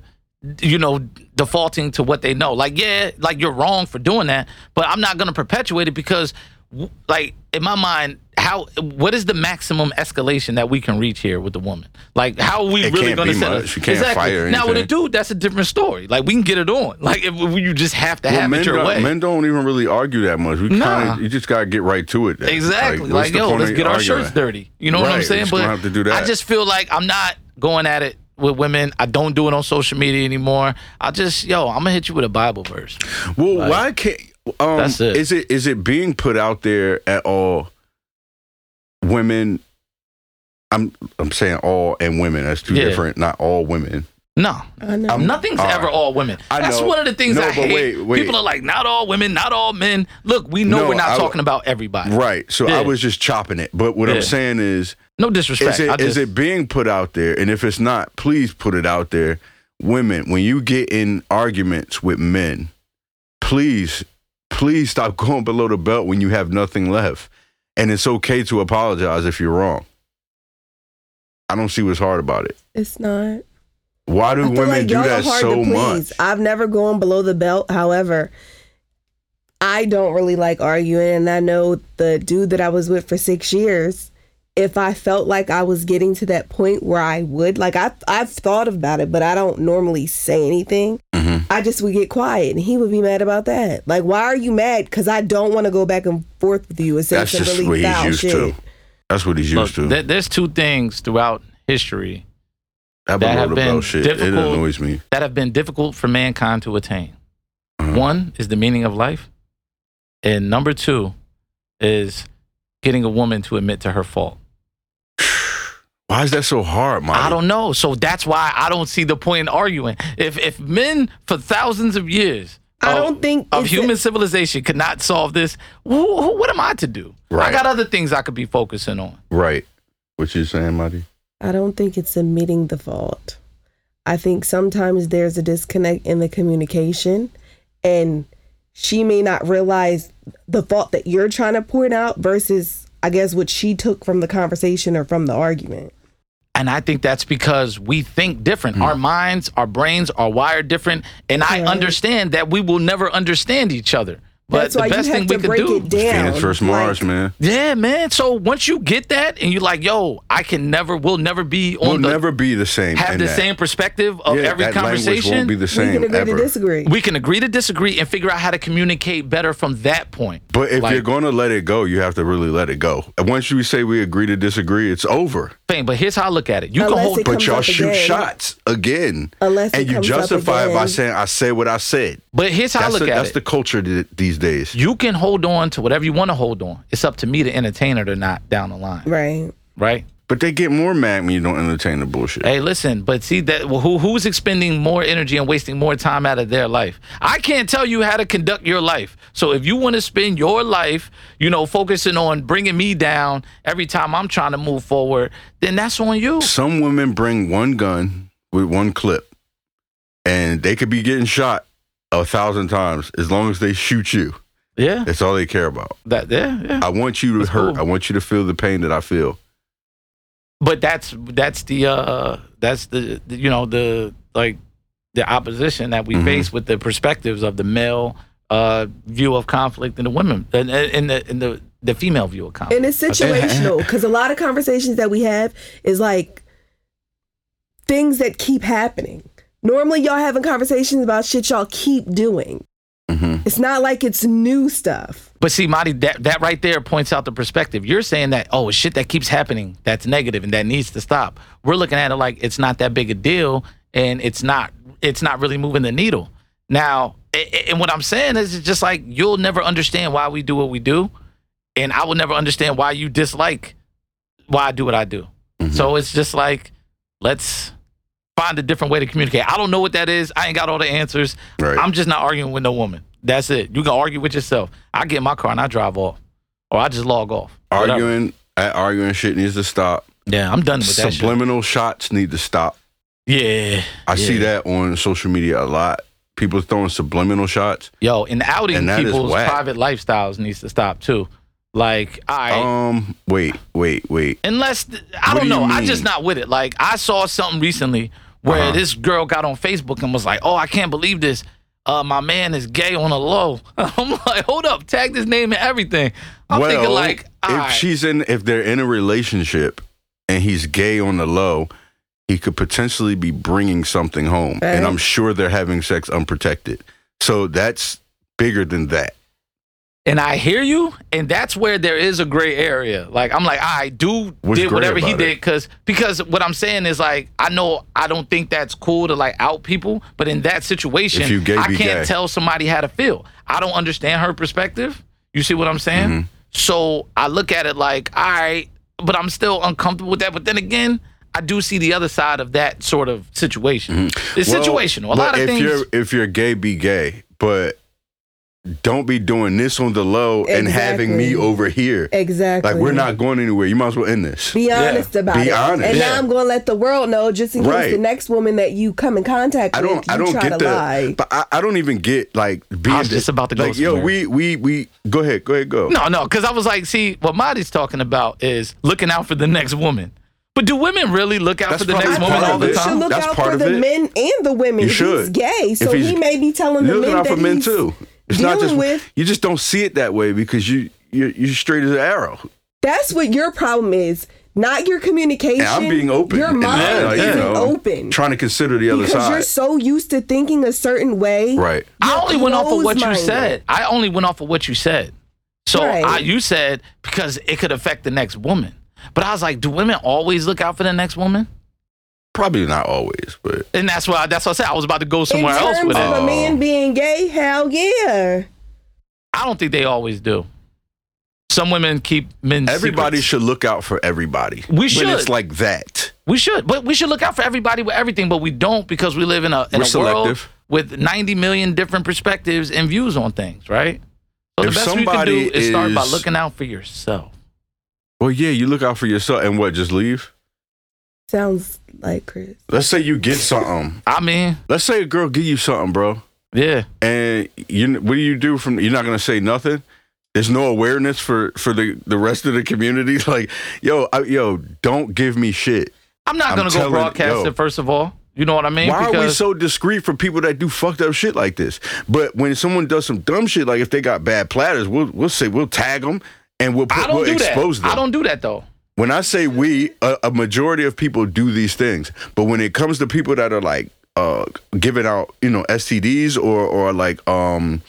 S3: you know defaulting to what they know. Like yeah, like you're wrong for doing that, but I'm not gonna perpetuate it because w- like in my mind how what is the maximum escalation that we can reach here with the woman? Like how are we
S1: It
S3: really
S1: can't
S3: gonna
S1: be
S3: set
S1: much.
S3: us-
S1: You can't fire
S3: Now with a
S1: anything.
S3: dude that's a different story. Like we can get it on. Like if, if you just have to have
S1: men,
S3: it your
S1: don't,
S3: way.
S1: men don't even really argue that much. We
S3: Nah.
S1: kind of you just gotta get right to it. then.
S3: Exactly.
S1: what's
S3: Like,
S1: the
S3: yo,
S1: point
S3: let's
S1: of
S3: get our
S1: arguing?
S3: shirts dirty. You know what
S1: Right,
S3: I'm
S1: we
S3: saying?
S1: just gonna have to do that.
S3: I just feel like I'm not going at it with women. I don't do it on social media anymore. I just, yo, I'm gonna hit you with a Bible verse.
S1: Well, why can't? Um,
S3: That's it.
S1: Is it is it being put out there at all? Women, I'm I'm saying all and women. That's two
S3: Yeah.
S1: different. Not all women.
S3: No,
S4: I know.
S1: I'm-
S3: nothing's
S1: all
S3: ever
S1: right.
S3: all women.
S1: I
S3: That's
S1: know.
S3: one of the things
S1: No,
S3: I
S1: but
S3: hate.
S1: wait, wait.
S3: People are like, not all women, not all men. Look, we know
S1: No,
S3: we're not
S1: I-
S3: talking about everybody.
S1: Right. So
S3: Yeah.
S1: I was just chopping it. But what
S3: Yeah.
S1: I'm saying is,
S3: No disrespect.
S1: is it
S3: I
S1: is
S3: just,
S1: it being put out there? And if it's not, please put it out there. Women, when you get in arguments with men, please, please stop going below the belt when you have nothing left. And it's okay to apologize if you're wrong. I don't see what's hard about it.
S4: It's not.
S1: Why do
S4: I feel
S1: women
S4: like
S1: do
S4: y'all are
S1: that
S4: hard
S1: so
S4: to
S1: much?
S4: please. I've never gone below the belt. However, I don't really like arguing, and I know the dude that I was with for six years. If I felt like I was getting to that point where I would, like I, I've thought about it, but I don't normally say anything.
S1: Mm-hmm.
S4: I just would get quiet, and he would be mad about that. Like, why are you mad? Because I don't want to go back and forth with you and say
S1: That's
S4: some
S1: just
S4: really
S1: what he's
S4: foul
S1: used
S4: shit.
S1: to. That's what he's
S3: look,
S1: used to.
S3: there- there's two things throughout history
S1: That
S3: that
S1: below
S3: have
S1: the
S3: been
S1: belt shit. It
S3: difficult.
S1: annoys me.
S3: that have been difficult for mankind to attain. One is the meaning of life, and number two is getting a woman to admit to her fault.
S1: Why is that so hard, Mike?
S3: I don't know, so that's why I don't see the point in arguing. If if men for thousands of years
S4: I
S3: of-
S4: don't think
S3: of
S4: it's-
S3: human civilization could not solve this. Who, who, what am I to do?
S1: Right.
S3: I got other things I could be focusing on.
S1: Right. What you saying, Marty?
S4: I don't think it's admitting the fault. I think sometimes there's a disconnect in the communication, and she may not realize the fault that you're trying to point out versus, I guess, what she took from the conversation or from the argument.
S3: And I think that's because we think
S1: Hmm.
S3: different. Our minds, our brains are wired different. And I
S4: Right.
S3: understand that we will never understand each other. But
S4: That's
S3: the
S4: why
S3: best
S4: you have
S3: thing
S4: to
S3: we could
S4: break
S3: do.
S4: it down.
S1: Venus versus Mars,
S4: Like,
S1: man.
S3: Yeah, man. So once you get that and you're like, yo, I can never, we'll never be on
S1: We'll
S3: the,
S1: never be the same.
S3: have
S1: in
S3: the
S1: that.
S3: same perspective of
S1: yeah,
S3: every
S1: that language
S3: conversation.
S1: won't be the
S4: We
S1: same
S4: can agree to
S1: ever.
S4: disagree.
S3: we can agree to disagree and figure out how to communicate better from that point.
S1: But if
S3: Like-
S1: you're gonna let it go, you have to really let it go. And once we say we agree to disagree, it's over.
S3: Fame, but here's how I look at it. You
S4: Unless
S3: can hold
S4: it
S1: But
S4: comes
S1: y'all
S4: up
S1: shoot
S4: again.
S1: shots again,
S4: Unless it
S1: and you
S4: comes up
S1: justify it by
S4: again.
S1: saying, "I said what I said."
S3: but here's how I
S1: That's,
S3: look
S1: the,
S3: at
S1: that's
S3: it.
S1: the culture th- these days.
S3: you can hold on to whatever you want to hold on. It's up to me to entertain it or not down the line.
S4: Right.
S3: Right?
S1: But they get more mad when you don't entertain the bullshit.
S3: Hey, listen, but see that well, who who's expending more energy and wasting more time out of their life? I can't tell you how to conduct your life. So if you want to spend your life, you know, focusing on bringing me down every time I'm trying to move forward, then that's on you.
S1: Some women bring one gun with one clip, and they could be getting shot a thousand times as long as they shoot you.
S3: Yeah.
S1: That's all they care about.
S3: That yeah, yeah.
S1: I want you to
S3: That's
S1: hurt.
S3: cool.
S1: I want you to feel the pain that I feel.
S3: but that's that's the uh that's the, the- you know the like the opposition that we
S1: Mhm.
S3: face with the perspectives of the male uh view of conflict and the women and, and, and the and the the female view of conflict
S4: And it's situational because a lot of conversations that we have is like things that keep happening. Normally, y'all having conversations about shit y'all keep doing.
S1: hmm
S4: It's not like it's new stuff.
S3: but see Marty that that right there points out the perspective you're saying that oh it's shit that keeps happening that's negative and that needs to stop we're looking at it like it's not that big a deal and it's not it's not really moving the needle now a- a- and what I'm saying is it's just like you'll never understand why we do what we do and I will never understand why you dislike why I do what I do. So it's just like let's find a different way to communicate. I don't know what that is. I ain't got all the answers.
S1: Right.
S3: I'm just not arguing with no woman. That's it. You can argue with yourself. I get in my car and I drive off, or I just log off. Whatever.
S1: Arguing, uh, arguing shit needs to stop.
S3: Yeah, I'm done with that. Shit.
S1: Subliminal shots need to stop.
S3: Yeah.
S1: I see
S3: Yeah.
S1: that on social media a lot. People throwing subliminal shots.
S3: Yo, and outing
S1: And that is
S3: people's
S1: whack.
S3: private lifestyles needs to stop too. Like, all right.
S1: Um, wait, wait, wait.
S3: unless th- I
S1: What
S3: don't
S1: do you
S3: know. I
S1: mean?
S3: just not with it. Like I saw something recently where
S1: Uh-huh.
S3: this girl got on Facebook and was like, "Oh, I can't believe this. Uh, my man is gay on a low." I'm like, "Hold up, tag this name and everything." I'm
S1: well,
S3: thinking like,
S1: if
S3: all right.
S1: she's in, if they're in a relationship and he's gay on the low, he could potentially be bringing something home, and
S4: Right.
S1: I'm sure they're having sex unprotected. So that's bigger than that.
S3: and I hear you, and that's where there is a gray area. Like I'm like, I do
S1: What's
S3: did
S1: gray
S3: whatever he
S1: about
S3: did
S1: it?
S3: because because what I'm saying is like I know I don't think that's cool to like out people, but in that situation,
S1: If you gay,
S3: I
S1: be
S3: can't
S1: gay.
S3: tell somebody how to feel. I don't understand her perspective. You see what I'm saying?
S1: Mm-hmm.
S3: So I look at it like, all right, but I'm still uncomfortable with that. But then again. I do see the other side of that sort of situation. It's
S1: Mm-hmm. Well,
S3: situational. A
S1: but
S3: lot of
S1: if
S3: things.
S1: You're, if you're gay, be gay, but don't be doing this on the low and having me
S4: Exactly.
S1: over here.
S4: Exactly.
S1: Like we're not going anywhere. You might as well end this.
S4: Be honest about
S1: Be
S4: it.
S1: honest.
S4: And
S3: Yeah.
S4: now I'm gonna let the world know just in case
S1: Right.
S4: the next woman that you come in contact
S1: I
S4: with,
S1: don't.
S4: you
S1: I don't
S4: try to
S1: get
S4: lie.
S1: that. But I, I don't even get like being.
S3: I was just about to go
S1: Like yo,
S3: somewhere.
S1: we we we go ahead, go ahead, go.
S3: No, no, because I was like, see, what Marty's talking about is looking out for the next woman. But do women really look out
S1: That's
S3: for the
S1: probably
S3: next
S1: part
S3: woman all
S1: of
S3: the
S1: it.
S4: You should
S3: time?
S4: look
S1: That's
S4: out
S1: part
S4: for
S1: of
S4: the
S1: it.
S4: men and the women.
S1: You
S4: if
S1: should.
S4: He's gay,
S1: If
S4: so
S1: he's-
S4: he may be telling the
S1: You're looking
S4: men
S1: out for
S4: that
S1: men
S4: he's
S1: too. It's
S4: dealing
S1: not just
S4: with.
S1: you. Just don't see it that way because you you you're straight as an arrow.
S4: That's what your problem is, not your communication.
S1: And I'm being open.
S4: Your
S1: and,
S4: mind
S1: like,
S4: isn't
S1: you know,
S4: open
S1: Trying to consider the other
S4: because you're
S1: side.
S4: so used to thinking a certain way.
S1: right.
S3: I only went off of what you
S4: closed-minded.
S3: said. I only went off of what you said. So
S4: Right.
S3: I, you said because it could affect the next woman. But I was like, do women always look out for the next woman?
S1: Probably not always, but
S3: And that's why that's what I said. I was about to go
S4: In
S3: somewhere else
S4: terms
S3: with
S4: of
S3: it.
S4: a
S1: Oh.
S4: man being gay, hell yeah.
S3: I don't think they always do. Some women keep men.
S1: Everybody
S3: secrets.
S1: should look out for everybody.
S3: We
S1: When
S3: should.
S1: it's like that.
S3: We should, but we should look out for everybody with everything, but we don't because we live in a
S1: We're
S3: in a world
S1: selective.
S3: with 90 million different perspectives and views on things, right? So
S1: If
S3: the best you can
S1: somebody
S3: do is, start by
S1: is-
S3: looking out for yourself.
S1: Well, yeah, you look out for yourself and what, just leave?
S4: Sounds like Chris.
S1: Let's say you get something.
S3: I mean,
S1: Let's say a girl give you something, bro.
S3: yeah,
S1: And you what do you do from you're not gonna say nothing? There's no awareness for for the the rest of the community. Like, yo, I, yo, don't give me shit.
S3: I'm not
S1: I'm
S3: gonna go
S1: telling-
S3: broadcast
S1: yo.
S3: it. First of all, you know what I mean?
S1: Why are we
S3: Because
S1: so discreet for people that do fucked up shit like this? But when someone does some dumb shit, like if they got bad platters, we'll we'll say we'll tag them and we'll, put,
S3: I don't
S1: we'll
S3: do that.
S1: expose them.
S3: I don't do that though.
S1: when I say we, a, a majority of people do these things. But when it comes to people that are like uh, giving out, you know, STDs or or like um,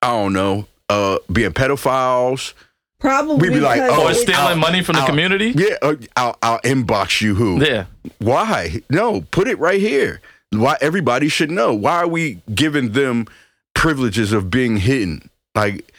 S1: I don't know, uh, being pedophiles.
S4: Probably.
S1: We be like,
S4: because
S1: oh,
S3: Or
S1: it's
S4: it's-
S3: stealing money from the
S1: out.
S3: community.
S1: Yeah, uh, I'll, I'll inbox you who.
S3: Yeah.
S1: Why? No, put it right here. Why everybody should know. Why are we giving them privileges of being hidden? Like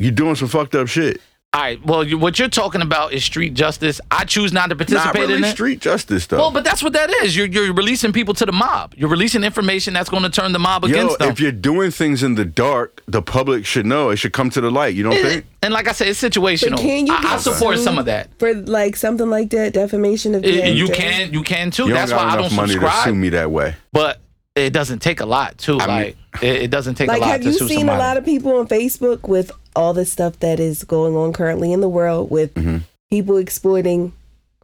S1: you're doing some fucked up shit.
S3: All right. Well, you, what you're talking about is street justice. I choose not to
S1: Not
S3: participate
S1: really
S3: in it.
S1: street justice though.
S3: Well, but that's what that is. You're you're releasing people to the mob. You're releasing information that's going to turn the mob
S1: Yo,
S3: against them.
S1: if you're doing things in the dark, the public should know. It should come to the light. You don't
S3: It-
S1: think?
S3: and like I said, it's situational.
S4: But can you
S3: I, I
S4: get
S3: support
S4: sued
S3: some of that.
S4: for like something like that, defamation of
S3: It-
S4: character.
S3: you can, you can too.
S1: You
S3: That's
S1: don't
S3: why
S1: got
S3: I
S1: enough
S3: don't
S1: money to sue
S3: subscribe.
S1: me that way.
S3: But it doesn't take a lot too.
S1: I
S3: like it, it doesn't take
S4: Like,
S3: a lot
S4: have
S3: to
S4: you
S3: sue
S4: seen
S3: somebody.
S4: a lot of people on Facebook with all the stuff that is going on currently in the world with
S3: Mm-hmm.
S4: people exploiting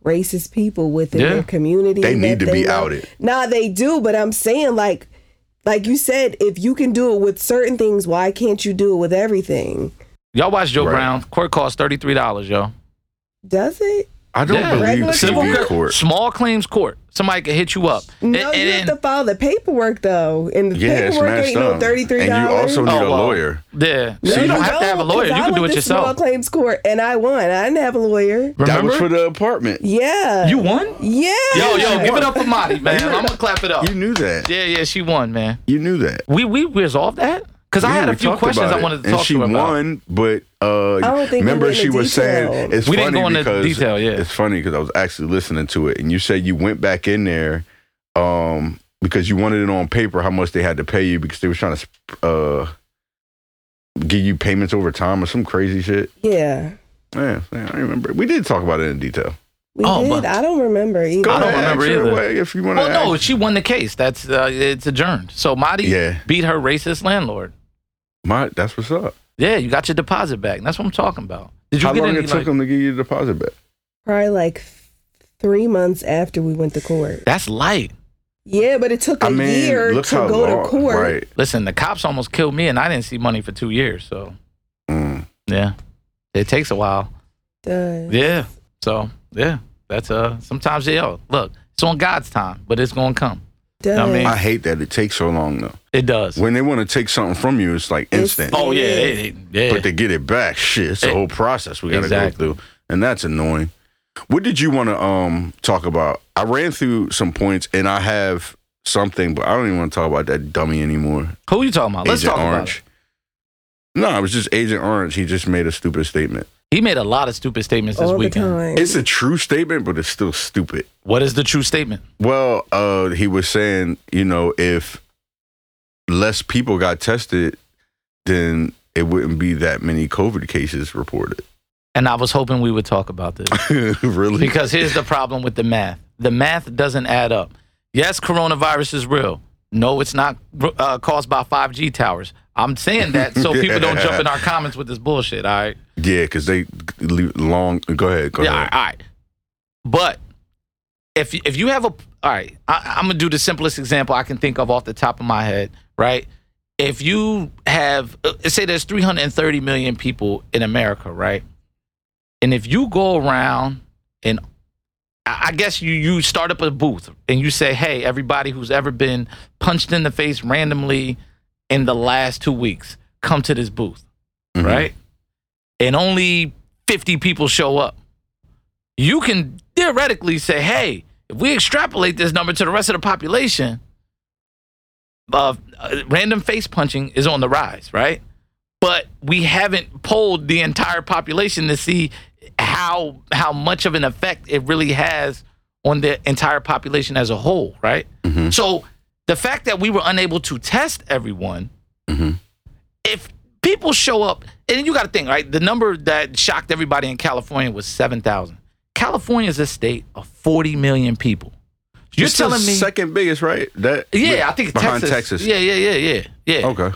S4: racist people within
S3: Yeah.
S4: their community?
S1: They
S4: that
S1: need to be
S4: love?
S1: outed.
S4: Nah, they do, but I'm saying like, like you said, if you can do it with certain things, why can't you do it with everything?
S3: Y'all watch Joe
S1: Right.
S3: Brown. Court costs thirty three dollars, yo.
S4: Does it?
S1: I don't
S3: Yeah.
S1: believe
S4: Regular
S1: TV
S4: court?
S1: court.
S3: Small claims court. Somebody could hit you up.
S4: No,
S3: And-
S4: you
S3: and
S4: have
S3: then-
S4: to file the paperwork though, and the
S1: Yeah, it's
S4: paperwork
S1: messed
S4: ain't no
S1: up.
S4: thirty three
S1: And you
S4: dollars.
S1: also need a
S3: oh, well,
S1: lawyer.
S3: Yeah. So
S4: No,
S3: you don't have to have a
S4: don't,
S3: lawyer.
S4: 'cause
S3: You
S4: I
S3: can do
S4: went
S3: it
S4: to Small
S3: yourself.
S4: claims court, and I won. I didn't have a lawyer.
S1: That was for
S3: Remember?
S1: the apartment.
S4: Yeah.
S3: You won?
S4: Yeah.
S3: Yo, yo, give it up for Marty, man. I'm gonna clap it up.
S1: You knew that.
S3: Yeah, yeah, she won, man.
S1: You knew that.
S3: We we resolved that because I
S1: Yeah,
S3: had
S1: we
S3: a few
S1: talked
S3: questions
S1: about
S3: I
S1: it.
S3: wanted to
S1: and
S3: talk
S1: she
S3: to her about.
S1: won, but uh,
S4: don't think we
S1: remember
S4: went
S1: she
S4: into
S1: was
S4: detail.
S1: saying it's
S3: We
S1: funny
S3: didn't go into
S1: because
S3: detail, yeah.
S1: it's funny because I was actually listening to it, and you said you went back in there um, because you wanted it on paper how much they had to pay you because they were trying to uh, give you payments over time or some crazy shit.
S4: Yeah.
S1: Yeah, yeah, I remember. We did talk about it in detail.
S4: We
S3: Oh,
S4: did.
S3: but-
S4: I don't remember either.
S1: Go
S3: I don't
S1: ahead,
S3: remember
S1: ask her
S3: either.
S1: away if you want to.
S3: Well, Oh, no, she won the case. That's uh, it's adjourned. So Marty
S1: Yeah.
S3: beat her racist landlord.
S1: my that's what's up.
S3: Yeah, you got your deposit back. That's what I'm talking about. Did you
S1: How
S3: get
S1: long
S3: any?
S1: it took
S3: like-
S1: them to give you the deposit back?
S4: Probably like three months after we went to court.
S3: that's light.
S4: Yeah, but it took a
S1: I mean,
S4: year
S1: look
S4: to
S1: how
S4: go
S1: long-
S4: to court.
S1: right?
S3: Listen, the cops almost killed me, and I didn't see money for two years. So
S1: Mm.
S3: yeah, it takes a while.
S4: Done.
S3: Yeah. So yeah, that's uh. Sometimes yeah. Look, it's on God's time, but it's gonna come.
S4: Done.
S3: I mean,
S1: I hate that it takes so long though.
S3: It does.
S1: When they want to take something from you, it's like
S4: It's-
S1: instant.
S3: oh yeah, it- it- yeah.
S1: But to get it back, shit, it's a
S3: It-
S1: whole process we gotta
S3: Exactly.
S1: go through, and that's annoying. What did you want to um talk about? I ran through some points, and I have something, but I don't even want to talk about that dummy anymore.
S3: Who you talking about? Uh, Let's
S1: Agent
S3: talk about it.
S1: Orange. No, it was just Agent Orange. He just made a stupid statement.
S3: He made a lot of stupid statements this
S4: all the
S3: weekend.
S4: time.
S1: It's a true statement, but it's still stupid.
S3: What is the true statement?
S1: Well, uh, he was saying, you know, if less people got tested, then it wouldn't be that many COVID cases reported.
S3: And I was hoping we would talk about this
S1: really?
S3: because here's the problem with the math. The math doesn't add up. Yes, coronavirus is real. No, it's not uh, caused by 5G towers. I'm saying that so people don't jump in our comments with this bullshit. All right.
S1: yeah, because they leave long. Go ahead. Go
S3: Yeah, all
S1: ahead.
S3: right, all right. But if if you have a all right, I, I'm gonna do the simplest example I can think of off the top of my head. Right? If you have uh, say there's 330 million people in America, right? And if you go around and I I guess you you start up a booth and you say, "Hey, everybody who's ever been punched in the face randomly in the last two weeks, come to this booth."
S1: Mhm.
S3: right? And only 50 people show up. You can theoretically say, hey, if we extrapolate this number to the rest of the population, uh, uh, random face punching is on the rise, right? But we haven't polled the entire population to see how how much of an effect it really has on the entire population as a whole, right? So the fact that we were unable to test everyone,
S1: Mhm.
S3: if people show up, and then you got to think, right? The number that shocked everybody in California was 7,000. California is a state of 40 million people. You're
S1: It's the
S3: telling me.
S1: second biggest, right? That
S3: yeah, I think
S1: behind
S3: Texas.
S1: Texas.
S3: Yeah, yeah, yeah, yeah. Yeah.
S1: Okay.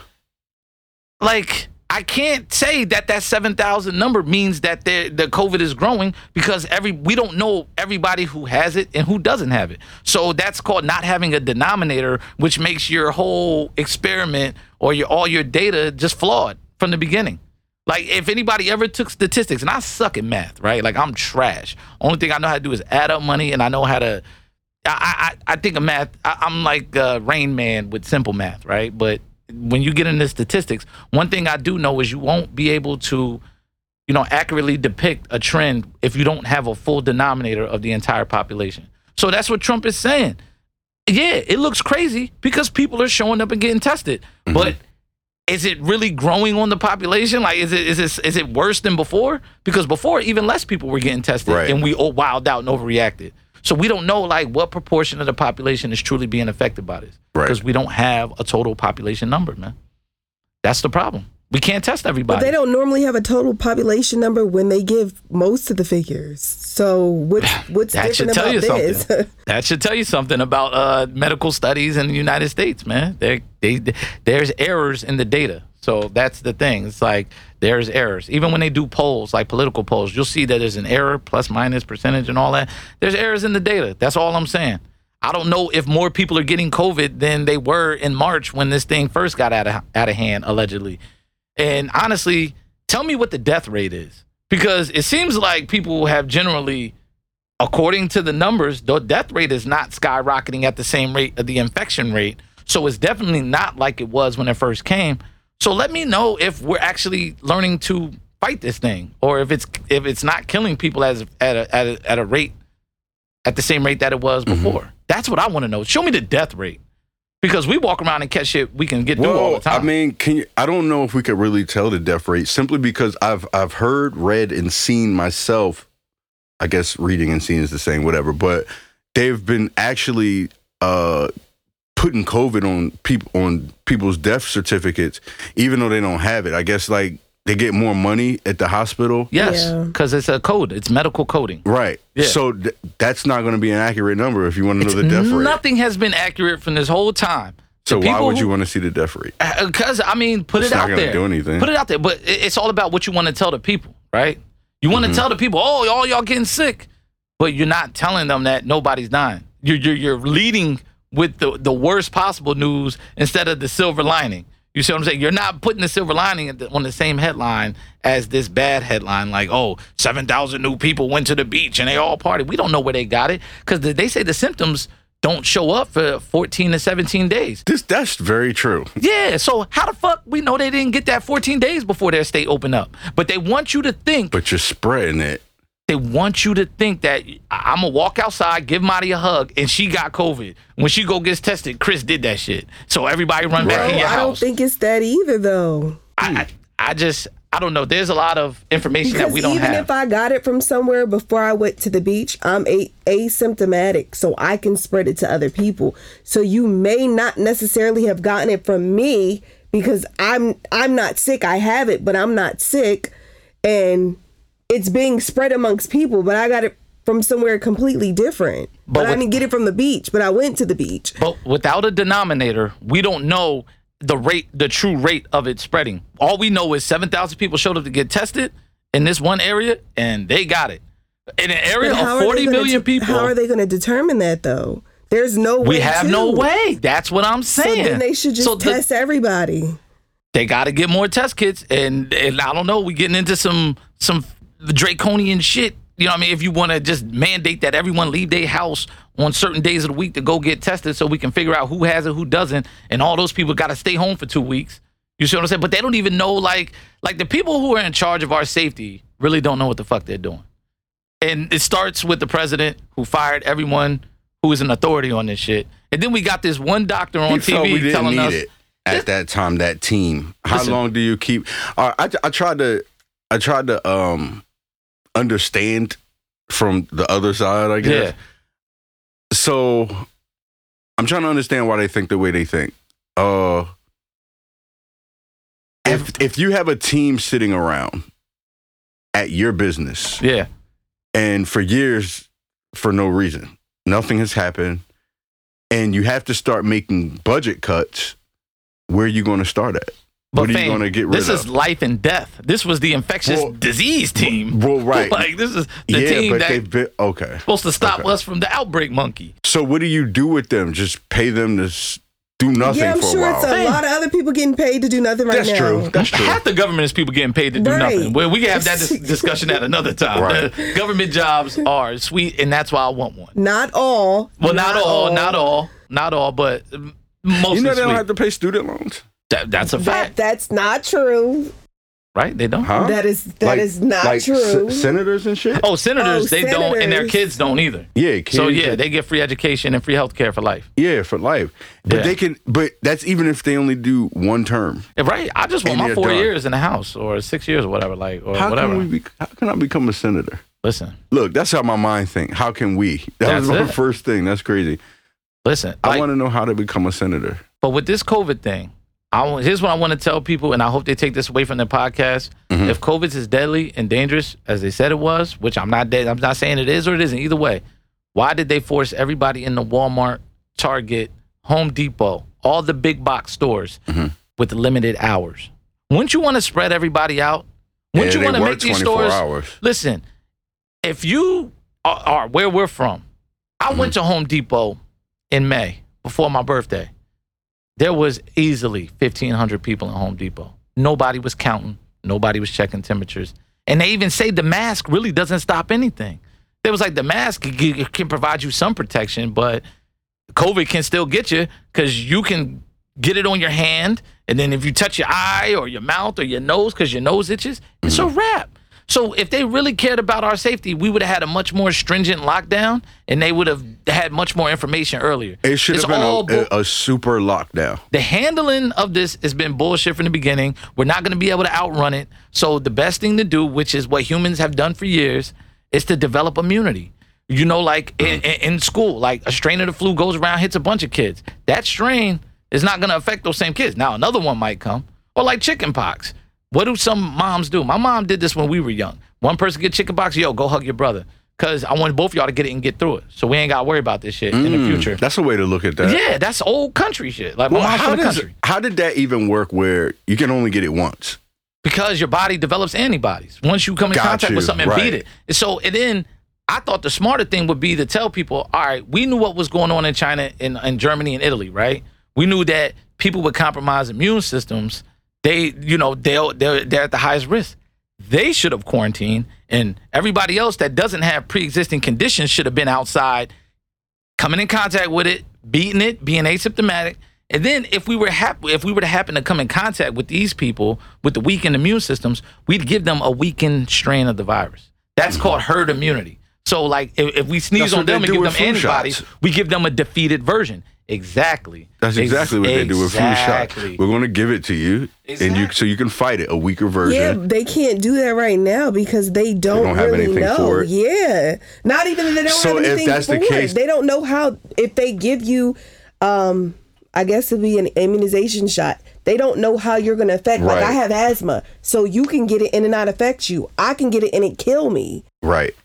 S3: Like, I can't say that that 7,000 number means that the the COVID is growing because every we don't know everybody who has it and who doesn't have it. So that's called not having a denominator, which makes your whole experiment or your all your data just flawed from the beginning. Like if anybody ever took statistics, and I suck at math, right? Like I'm trash. Only thing I know how to do is add up money, and I know how to. I I, I think of math. I, I'm like uh, Rain Man with simple math, right? But when you get into statistics, one thing I do know is you won't be able to, you know, accurately depict a trend if you don't have a full denominator of the entire population. So that's what Trump is saying. Yeah, it looks crazy because people are showing up and getting tested, but is it really growing on the population? Like, is it is it is it worse than before? Because before, even less people were getting tested,
S1: Right.
S3: and we all wilded out and overreacted. So we don't know like what proportion of the population is truly being affected by this,
S1: Right.
S3: Because we don't have a total population number, man. That's the problem. We can't test
S4: But
S3: everybody.
S4: they don't normally have a total population number when they give most of the figures. So what's what's
S3: that should
S4: different
S3: tell
S4: about
S3: you
S4: this?
S3: something. that should tell you something about uh, medical studies in the United States, man. They, they, there's errors in the data. So that's the thing. It's like there's errors. Even when they do polls, like political polls, you'll see that there's an error, plus minus percentage, and all that. There's errors in the data. That's all I'm saying. I don't know if more people are getting COVID than they were in March when this thing first got out of, out of hand, allegedly. And honestly, tell me what the death rate is. Because it seems like people have generally according to the numbers, the death rate is not skyrocketing at the same rate of the infection rate. So it's definitely not like it was when it first came. So let me know if we're actually learning to fight this thing, or if it's if it's not killing people as at a at a, at a rate at the same rate that it was
S1: Mm-hmm.
S3: before. That's what I want to know. Show me the death rate because we walk around and catch shit we can get through all the
S1: Well,
S3: time.
S1: I mean, can you, I don't know if we could really tell the death rate simply because I've I've heard, read, and seen myself. I guess reading and seeing is the same, whatever. But they've been actually uh, putting COVID on people on people's death certificates, even though they don't have it. I guess like they get more money at the hospital,
S3: yes,
S4: Yeah.
S3: because it's a code. It's medical coding.
S1: right?
S3: Yeah.
S1: So th- that's not going to be an accurate number if you want to know the death rate.
S3: Nothing has been accurate from this whole time.
S1: So
S3: The
S1: why
S3: people
S1: would
S3: who-
S1: you want to see the death rate?
S3: Because I mean, put
S1: It's
S3: it
S1: not
S3: out
S1: gonna
S3: there.
S1: do anything.
S3: Put it out there, but it- it's all about what you want to tell the people, right? You want to
S1: Mm-hmm.
S3: tell the people, oh, all y'all getting sick, but you're not telling them that nobody's dying. You're you're, you're leading with the the worst possible news instead of the silver lining. You see what I'm saying? You're not putting the silver lining at the- on the same headline as this bad headline, like, oh, 7,000 new people went to the beach and they all partied. We don't know where they got it because they say the symptoms don't show up for 14 to 17 days.
S1: This that's very true.
S3: Yeah, so how the fuck we know they didn't get that 14 days before their state opened up? But they want you to think,
S1: But you're spreading it.
S3: they want you to think that I'm gonna walk outside, give Marty a hug, and she got COVID. When she go gets tested, Chris did that shit. So everybody run back
S1: Right.
S3: in
S4: No,
S3: your
S4: I don't
S3: house.
S4: think it's that either though.
S3: I, I, I just, I don't know. There's a lot of information
S4: Because
S3: that we don't
S4: even
S3: have.
S4: if I got it from somewhere before I went to the beach, I'm a- asymptomatic, so I can spread it to other people. So you may not necessarily have gotten it from me because I'm I'm not sick. I have it, but I'm not sick, and it's being spread amongst people. But I got it from somewhere completely different. But, I
S3: with-
S4: didn't get it from the beach, but I went to the beach.
S3: But without a denominator, we don't know the rate, the true rate of it spreading. All we know is 7,000 people showed up to get tested in this one area and they got it. In an area
S4: But how
S3: of
S4: are they
S3: 40
S4: gonna
S3: million
S4: de-
S3: people,
S4: How are they going to determine that though? There's no way.
S3: we have no
S4: to.
S3: way. That's what I'm
S4: So
S3: saying.
S4: then they should just
S3: So the-
S4: test everybody.
S3: they got to get more test kits, and, and I don't know. We getting into some some draconian shit. You know what I mean? If you want to just mandate that everyone leave their house on certain days of the week to go get tested, so we can figure out who has it, who doesn't, and all those people got to stay home for two weeks. You see what I'm saying? But they don't even know like like the people who are in charge of our safety really don't know what the fuck they're doing. And it starts with the president who fired everyone who is an authority on this shit. And then we got this one doctor on
S1: He
S3: TV
S1: felt we didn't
S3: telling
S1: need
S3: us
S1: it at that time. That team. How
S3: Listen.
S1: long do you keep? Uh, I I tried to I tried to um understand from the other side. I guess.
S3: Yeah.
S1: So I'm trying to understand why they think the way they think. Uh, if if you have a team sitting around at your business
S3: Yeah.
S1: and for years for no reason, nothing has happened, and you have to start making budget cuts, where are you going to start at? what are you
S3: fam,
S1: going to get rid
S3: This
S1: of?
S3: is life and death. This was the infectious
S1: Well,
S3: disease team.
S1: well, right.
S3: like this is the
S1: yeah,
S3: team
S1: but
S3: that
S1: they've been okay.
S3: supposed to stop
S1: okay.
S3: us from the outbreak monkey.
S1: So what do you do with them? Just pay them to s- do nothing
S4: yeah, I'm
S1: for
S4: sure
S1: a while.
S4: it's a lot of other people getting paid to do nothing right
S1: That's
S4: now.
S1: true. That's true.
S3: Half the government is people getting paid to do
S4: Right.
S3: nothing. Well, we can have that dis- discussion at another time.
S1: Right.
S3: government jobs are sweet, and that's why I want one.
S4: Not all.
S3: Well, not, all, not all, not all, but mm, mostly
S1: You know they don't
S3: sweet.
S1: have to pay student loans,
S3: That- that's a
S4: That,
S3: fact,
S4: that's not true.
S3: right? They don't.
S1: huh?
S4: That is that is
S1: Like-
S4: not
S1: like se-
S4: true.
S1: senators and shit.
S3: Oh, senators,
S4: Oh,
S3: they don't, and their
S4: senators.
S3: kids don't either.
S1: Yeah, kids,
S3: So yeah, they get free education and free health care for life.
S1: yeah, for life. But
S3: Yeah.
S1: they can. But that's even if they only do one term.
S3: Yeah, Right? I just
S1: And
S3: want my
S1: you're
S3: four
S1: done.
S3: years in the house or six years or whatever, like or
S1: How
S3: whatever.
S1: can we? Be, how can I become a senator?
S3: listen,
S1: Look, that's how my mind think. How can we? That was
S3: That's
S1: my
S3: it.
S1: first thing. That's crazy.
S3: listen.
S1: I
S3: Like,
S1: want to know how to become a senator.
S3: but with this COVID thing, I want- here's what I want to tell people, and I hope they take this away from their podcast.
S1: Mm-hmm.
S3: If COVID is deadly and dangerous as they said it was, which I'm not, dead, I'm not saying it is or it isn't. Either way, why did they force everybody in the Walmart, Target, Home Depot, all the big box stores
S1: Mm-hmm.
S3: with limited hours? Wouldn't you want to spread everybody out? Wouldn't
S1: Yeah,
S3: you
S1: they
S3: want to
S1: work
S3: make these
S1: 24
S3: stores?
S1: hours.
S3: Listen, if you are, are where we're from, I went to Home Depot in May before my birthday. There was easily 1,500 people in Home Depot. Nobody was counting, nobody was checking temperatures. And they even say the mask really doesn't stop anything. They was like, the mask can gi- can provide you some protection, but COVID can still get you because you can get it on your hand. And then if you touch your eye or your mouth or your nose because your nose itches, it's a wrap. So if they really cared about our safety, we would have had a much more stringent lockdown and they would have had much more information earlier.
S1: It should
S3: It's
S1: have been
S3: all bu-
S1: a, a, a super lockdown.
S3: the handling of this has been bullshit from the beginning. We're not going to be able to outrun it. So the best thing to do, which is what humans have done for years, is to develop immunity. You know, like in,
S1: Mm.
S3: in, in school, like a strain of the flu goes around, hits a bunch of kids. That strain is not going to affect those same kids. Now another one might come, or like chickenpox. What do some moms do? My mom did this when we were young. One person get chickenpox, yo, go hug your brother, cause I want both of y'all to get it and get through it. So we ain't got to worry about this shit in the future.
S1: That's a way to look at Mm. that.
S3: Yeah, that's old country shit. Like
S1: Well,
S3: my mom's
S1: how,
S3: from the
S1: does,
S3: country.
S1: how did that even work where you can only get it once?
S3: because your body develops antibodies once you come in
S1: Got
S3: contact
S1: you,
S3: with something and
S1: right.
S3: beat it. And so and then I thought the smarter thing would be to tell people, all right, we knew what was going on in China and, and Germany and Italy, right? We knew that people with compromised immune systems, they, you know, they'll, they're, they're at the highest risk. They should have quarantined, and everybody else that doesn't have pre existing conditions should have been outside coming in contact with it, beating it, being asymptomatic. And then if we were hap- if we were to happen to come in contact with these people with the weakened immune systems, we'd give them a weakened strain of the virus. That's called herd immunity. So like if, if we sneeze
S1: That's
S3: on
S1: what they
S3: them and
S1: do
S3: give
S1: with
S3: them
S1: flu
S3: antibodies,
S1: shots.
S3: we give them a defeated version. Exactly.
S1: That's
S3: Ex-
S1: exactly what they do with flu shots.
S3: exactly.
S1: We're going to give it to you, and you
S3: Exactly.
S1: so you can fight it, a weaker
S4: Yeah,
S1: version.
S4: they can't do that right now because they don't,
S1: don't have
S4: really
S1: anything
S4: know.
S1: for it.
S4: Yeah, not even that they don't
S1: So
S4: have
S1: if
S4: anything
S1: that's
S4: for
S1: the case-
S4: it. They don't know how. If they give you, um, I guess it'd be an immunization shot. They don't know how you're going to affect. Like
S1: Right.
S4: I have asthma, so you can get it and it not affect you. I can get it and it kill me.
S1: Right.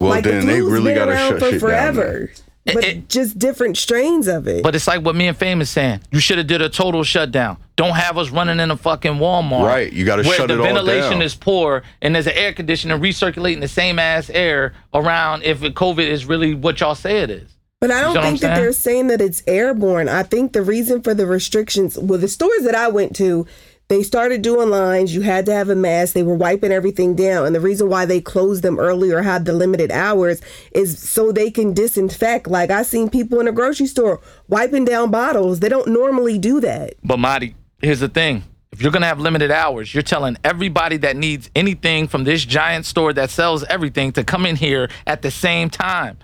S1: Well,
S4: like
S1: then
S4: the
S1: they
S4: flu's
S1: really
S4: been
S1: got to
S4: around
S1: shut
S4: for
S1: shit down.
S4: forever, but
S3: it-
S4: just different strains of it.
S3: But it's like what me and Fame is saying. You should have did a total shutdown. Don't have us running in a fucking Walmart.
S1: Right, you gotta
S3: where
S1: shut
S3: the
S1: it all
S3: ventilation
S1: down.
S3: is poor and there's an air conditioner recirculating the same ass air around. If it- COVID is really what y'all say it is.
S4: But I don't
S3: know what
S4: think
S3: I'm
S4: that
S3: saying?
S4: they're saying that it's airborne. I think the reason for the restrictions, well, the stores that I went to, they started doing lines. You had to have a mask. They were wiping everything down. And the reason why they closed them early or had the limited hours is so they can disinfect. Like I seen people in a grocery store wiping down bottles. They don't normally do that.
S3: But Marty, here's the thing. If you're gonna have limited hours, you're telling everybody that needs anything from this giant store that sells everything to come in here at the same time.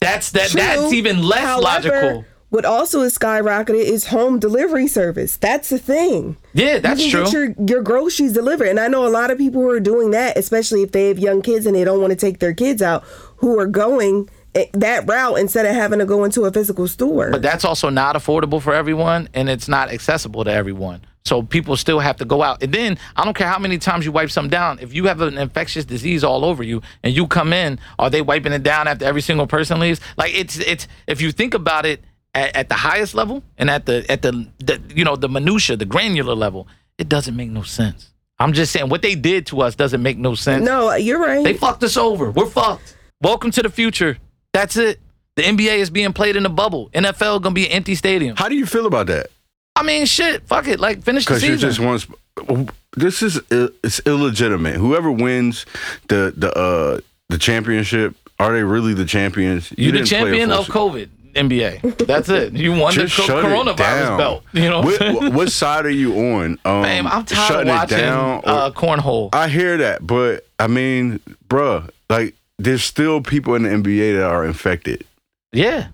S3: That's that. That's
S4: True.
S3: even less
S4: However,
S3: logical.
S4: What also is skyrocketed is home delivery service. That's the thing.
S3: Yeah, that's
S4: you
S3: true.
S4: can Get your, your groceries delivered. And I know a lot of people who are doing that, especially if they have young kids and they don't want to take their kids out, who are going it- that route instead of having to go into a physical store.
S3: But that's also not affordable for everyone and it's not accessible to everyone. So people still have to go out. And then I don't care how many times you wipe something down, if you have an infectious disease all over you and you come in, are they wiping it down after every single person leaves? Like it's it's if you think about it at, at the highest level and at the at the, the you know the minutia, the granular level, it doesn't make no sense. I'm just saying what they did to us doesn't make no sense.
S4: no, you're right.
S3: They fucked us over. We're fucked. Welcome to the future. That's it. The NBA is being played in a bubble. NFL gonna be an empty stadium.
S1: How do you feel about that?
S3: I mean, shit. Fuck it. Like finish the
S1: Because you
S3: season.
S1: just once. This is ill- it's illegitimate. Whoever wins the the uh the championship, are they really the champions?
S3: you the
S1: didn't play a
S3: champion
S1: full
S3: of
S1: se-
S3: COVID NBA. That's it. You won the
S1: Just
S3: co-
S1: shut it
S3: coronavirus
S1: down.
S3: belt. You know. What,
S1: What,
S3: I'm saying?
S1: what- what side are you on? Um,
S3: Fam, I'm tired
S1: shutting
S3: of
S1: it
S3: watching
S1: down. or-
S3: uh, cornhole.
S1: I hear that, but I mean, bruh, like there's still people in the NBA that are infected.
S3: yeah,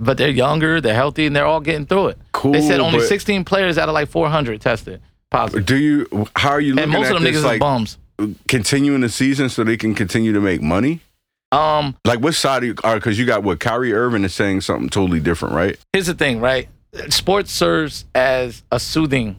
S3: but they're younger, they're healthy, and they're all getting through it.
S1: Cool,
S3: They said only
S1: but-
S3: 16 players out of like 400 tested positive,
S1: Do you? How are you looking
S3: and most
S1: at
S3: of them
S1: this?
S3: niggas are
S1: Like
S3: bums.
S1: continuing the season so they can continue to make money.
S3: Um,
S1: Like what side are you? Because you got what Kyrie Irving is saying something totally different, right?
S3: here's the thing, right? Sports serves as a soothing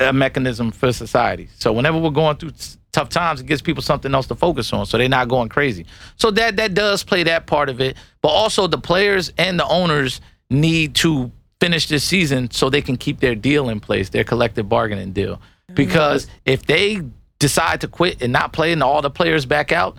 S3: uh mechanism for society. So whenever we're going through s- tough times, it gives people something else to focus on, so they're not going crazy. So that that does play that part of it, but also the players and the owners need to finish this season so they can keep their deal in place, their collective bargaining deal. Because if they decide to quit and not play, and all the players back out,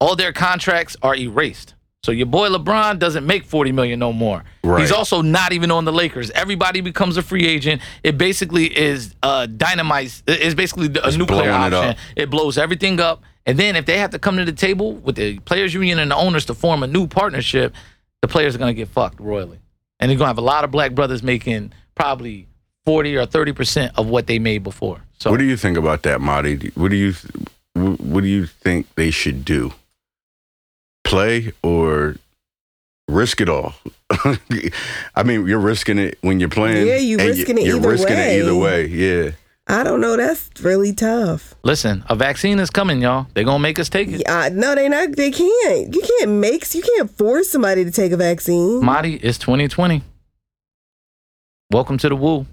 S3: all their contracts are erased. So your boy LeBron doesn't make 40 million no more.
S1: Right.
S3: He's also not even on the Lakers. Everybody becomes a free agent. It basically is uh dynamite it's basically a nuclear
S1: blowing it
S3: option.
S1: up.
S3: It blows everything up. And then if they have to come to the table with the players union and the owners to form a new partnership, the players are gonna get fucked royally. And they're gonna have a lot of black brothers making probably 40 or 30% of what they made before. So
S1: What do you think about that, Marty? Do- What do you wh- What do you think they should do? Play or risk it all? I mean, you're risking it when you're playing.
S4: Yeah, you
S1: and
S4: risking it
S1: You're
S4: either
S1: risking
S4: way.
S1: it either way. Yeah.
S4: I don't know. That's really tough.
S3: listen, a vaccine is coming, y'all. They're gonna make us take it.
S4: Yeah, I- no, they not. They can't. You can't make. You can't force somebody to take a vaccine.
S3: Marty, it's 2020. Welcome to the woo.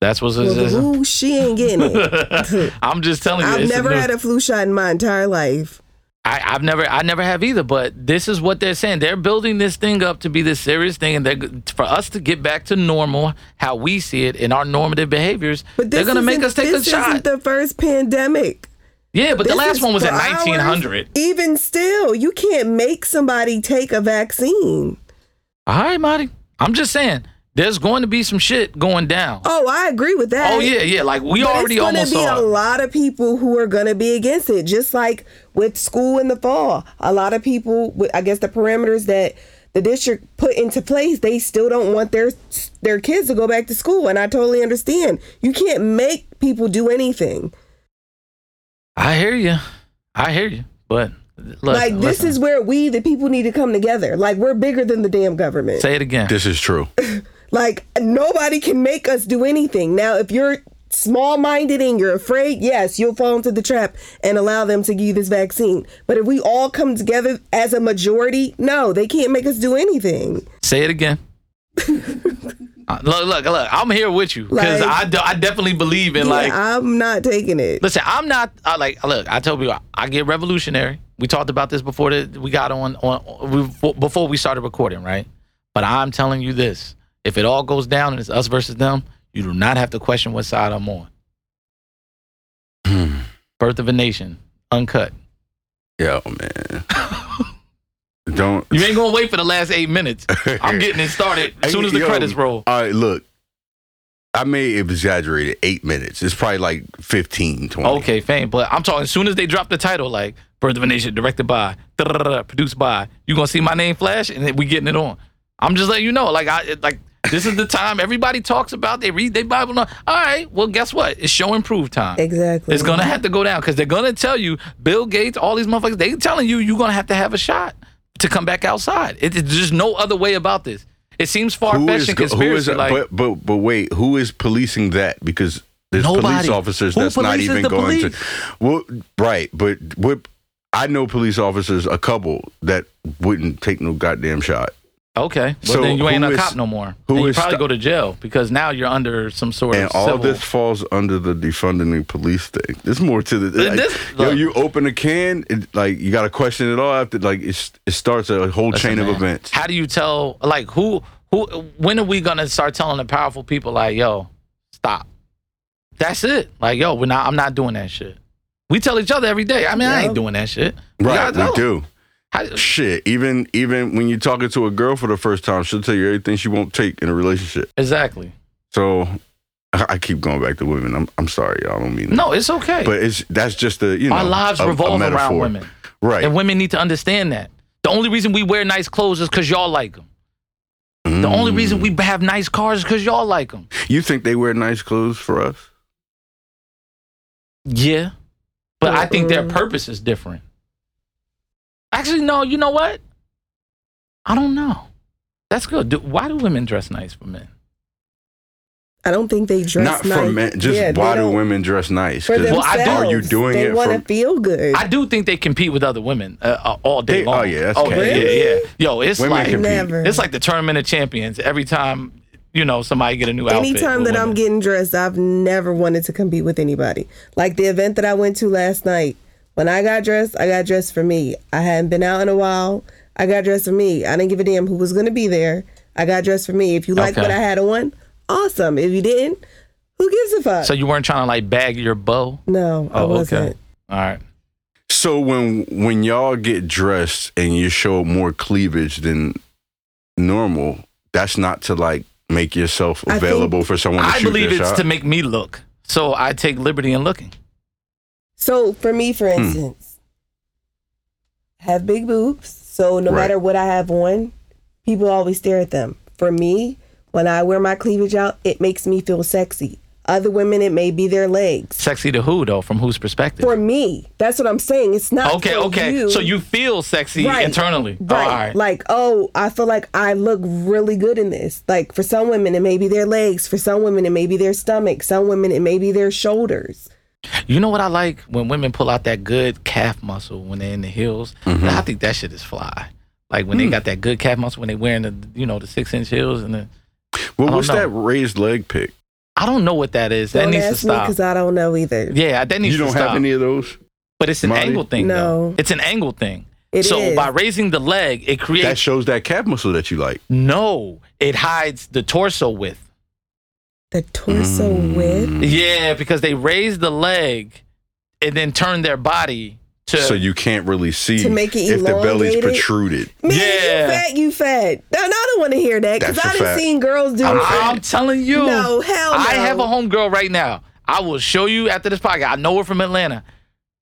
S3: That's what's.
S4: Well, the woo, she ain't getting it.
S3: I'm just telling you.
S4: I've
S3: it's a
S4: never
S3: new-
S4: had a flu shot in my entire life.
S3: I, I've never, I never have either. But this is what they're saying. They're building this thing up to be this serious thing, and they're g- for us to get back to normal, how we see it in our normative behaviors.
S4: But this
S3: they're gonna make
S4: isn't-
S3: us take a
S4: this
S3: shot.
S4: Isn't the first pandemic.
S3: yeah, but the
S4: This
S3: last
S4: is
S3: one was
S4: for
S3: in 1900.
S4: hours. Even still, you can't make somebody take a vaccine.
S3: All right, Marty. I'm just saying. There's going to be some shit going down.
S4: Oh, I agree with that.
S3: Oh yeah, yeah. Like we
S4: But
S3: already
S4: it's gonna
S3: almost
S4: be
S3: saw.
S4: a
S3: it.
S4: lot of people who are gonna be against it, just like with school in the fall. A lot of people, with, I guess, the parameters that the district put into place, they still don't want their their kids to go back to school, and I totally understand. You can't make people do anything.
S3: I hear you. I hear you. But look,
S4: like this
S3: listen.
S4: is where we, the people, need to come together. Like we're bigger than the damn government.
S3: Say it again.
S1: This is true.
S4: Like nobody can make us do anything. Now, if you're small minded and you're afraid, yes, you'll fall into the trap and allow them to give you this vaccine. But if we all come together as a majority, no, they can't make us do anything.
S3: Say it again. Uh, look, look, look. I'm here with you because
S4: Like-
S3: I, do- I definitely believe in
S4: Yeah,
S3: like.
S4: I'm not taking it.
S3: listen, I'm not. I like. Look, I told you, I, I get revolutionary. We talked about this before that we got on on we, before we started recording, right? But I'm telling you this: if it all goes down and it's us versus them, you do not have to question what side I'm on. Birth of a Nation, uncut.
S1: Yo, man. Don't.
S3: You ain't gonna wait for the last eight minutes. I'm getting it started as soon as the
S1: Yo,
S3: credits roll.
S1: All right, look. I may have exaggerated eight minutes. It's probably like 15, 20.
S3: Okay, fame. But I'm talking as soon as they drop the title, like Birth of a Nation, directed by, da-da-da-da, produced by, you gonna see my name flash and then we getting it on. I'm just letting you know. Like I it- like this is the time everybody talks about, they read their Bible. All right, well, guess what? It's show and prove time.
S4: Exactly.
S3: It's gonna have to go down because they're gonna tell you, Bill Gates, all these motherfuckers, they telling you you're gonna have to have a shot to come back outside. It, it's just no other way about this. It seems far
S1: Who is,
S3: fetched and
S1: go-
S3: conspiracy.
S1: who is
S3: like,
S1: but, but but wait, who is policing that? Because there's
S3: Nobody.
S1: police officers
S3: Who
S1: that's not
S3: polices
S1: even
S3: the
S1: going
S3: police?
S1: to. Well, right, but what I know police officers, a couple that wouldn't take no goddamn shot.
S3: Okay. Well,
S1: So
S3: then you ain't
S1: who
S3: a
S1: is-
S3: cop no more.
S1: who
S3: Who then you
S1: is
S3: probably
S1: sto-
S3: go to jail because now you're under some sort
S1: And
S3: of
S1: all
S3: civil.
S1: this falls under the defunding the police thing. There's more to the. Like,
S3: this-
S1: yo,
S3: look.
S1: you open a can, it, like you got to question it all after. Like it's, it starts a whole
S3: Listen,
S1: chain
S3: man,
S1: of events.
S3: How do you tell? Like who? Who? When are we gonna start telling the powerful people like, yo, stop? That's it. Like, yo, we're not. I'm not doing that shit. We tell each other every day. I mean, I
S4: Yeah.
S3: ain't doing that shit. You
S1: Right,
S3: gotta
S1: we
S3: tell them.
S1: do.
S3: How-
S1: Shit, even even when you're talking to a girl for the first time, she'll tell you everything she won't take in a relationship.
S3: exactly.
S1: So I, I keep going back to women. I'm I'm sorry, y'all. I don't mean
S3: No, it's okay.
S1: but it's that's just the you know
S3: Our lives
S1: a- a
S3: revolve around
S1: metaphor.
S3: women,
S1: right?
S3: and women need to understand that. The only reason we wear nice clothes is because y'all like them. The only
S1: Mm.
S3: reason we have nice cars is because y'all like them.
S1: you think they wear nice clothes for us?
S3: Yeah. But I think their
S4: Mm-mm.
S3: purpose is different. Actually, no, you know what? I don't know. That's good. Do, why do women dress nice for men?
S4: I don't think they dress
S1: Not
S4: nice.
S1: for men. Just
S4: Yeah, they
S1: why do
S4: don't-
S1: women dress nice?
S4: For
S1: 'Cause
S3: them-
S4: themselves.
S3: Well, I don't-
S1: Are you doing
S4: they
S1: it
S4: want to
S1: from-
S4: feel good.
S3: I do think they compete with other women uh, uh, all day
S1: They-
S3: long.
S1: oh, yeah, that's
S3: oh,
S1: cat.
S3: yeah, yeah. Yo, it's
S1: Women
S3: like
S1: compete.
S4: Never.
S3: it's like the tournament of champions. Every time you know somebody get a new outfit.
S4: Anytime
S3: with
S4: that I'm
S3: women.
S4: getting dressed, I've never wanted to compete with anybody. Like the event that I went to last night, when I got dressed, I got dressed for me. I hadn't been out in a while. I got dressed for me. I didn't give a damn who was going to be there. I got dressed for me. If you like
S3: Okay.
S4: what I had on, awesome. If you didn't, who gives a fuck?
S3: so you weren't trying to like bag your bow.
S4: no, I
S3: Oh,
S4: wasn't.
S3: okay. All right.
S1: So when when y'all get dressed and you show more cleavage than normal, that's not to like make yourself
S4: I think-
S1: available for someone to
S3: I
S1: shoot
S3: believe
S1: their
S3: it's
S1: shot.
S3: to make me look. So I take liberty in looking.
S4: So for me, for
S3: Hmm.
S4: instance, I have big boobs. So no
S1: Right.
S4: matter what I have on, people always stare at them. For me, when I wear my cleavage out, it makes me feel sexy. Other women, it may be their legs.
S3: Sexy to who though? From whose perspective?
S4: For me, that's what I'm saying. It's not
S3: Okay,
S4: for
S3: okay.
S4: You.
S3: So you feel sexy
S4: Right.
S3: internally. Oh,
S4: Right.
S3: all right.
S4: Like, oh, I feel like I look really good in this. Like, for some women, it may be their legs. For some women, it may be their stomach. Some women, it may be their shoulders.
S3: You know what I like when women pull out that good calf muscle when they're in the heels. I think that shit is fly. Like when they
S4: Hmm.
S3: got that good calf muscle when they wearing the you know the six inch heels and the I
S1: well,
S3: don't
S1: what's
S3: know.
S1: that raised leg pick?
S3: I don't know what that is. that
S4: Don't
S3: needs to
S4: ask me
S3: stop.
S4: because I don't know either.
S3: yeah, that needs
S1: You don't
S3: to stop.
S1: have any of those.
S3: but it's an
S1: Monty?
S3: angle thing. though.
S4: No.
S3: it's an angle thing.
S4: It
S3: so
S4: is.
S3: by raising the leg, it creates
S1: That shows that calf muscle that you like.
S3: no. It hides the torso width.
S4: The torso width.
S3: Mm. Mm-hmm. Yeah, because they raise the leg and then turn their body to
S1: So you can't really see
S4: To make it
S1: if the belly's
S4: elongated?
S1: protruded.
S4: Man,
S3: Yeah.
S4: you fat, you fat. No, no, I don't want to hear that because
S1: That's a
S4: I done
S1: fact.
S4: seen girls do
S3: I'm
S4: that.
S3: telling you.
S4: No, hell
S3: I
S4: no.
S3: have a homegirl right now. I will show you after this podcast. I know her from Atlanta.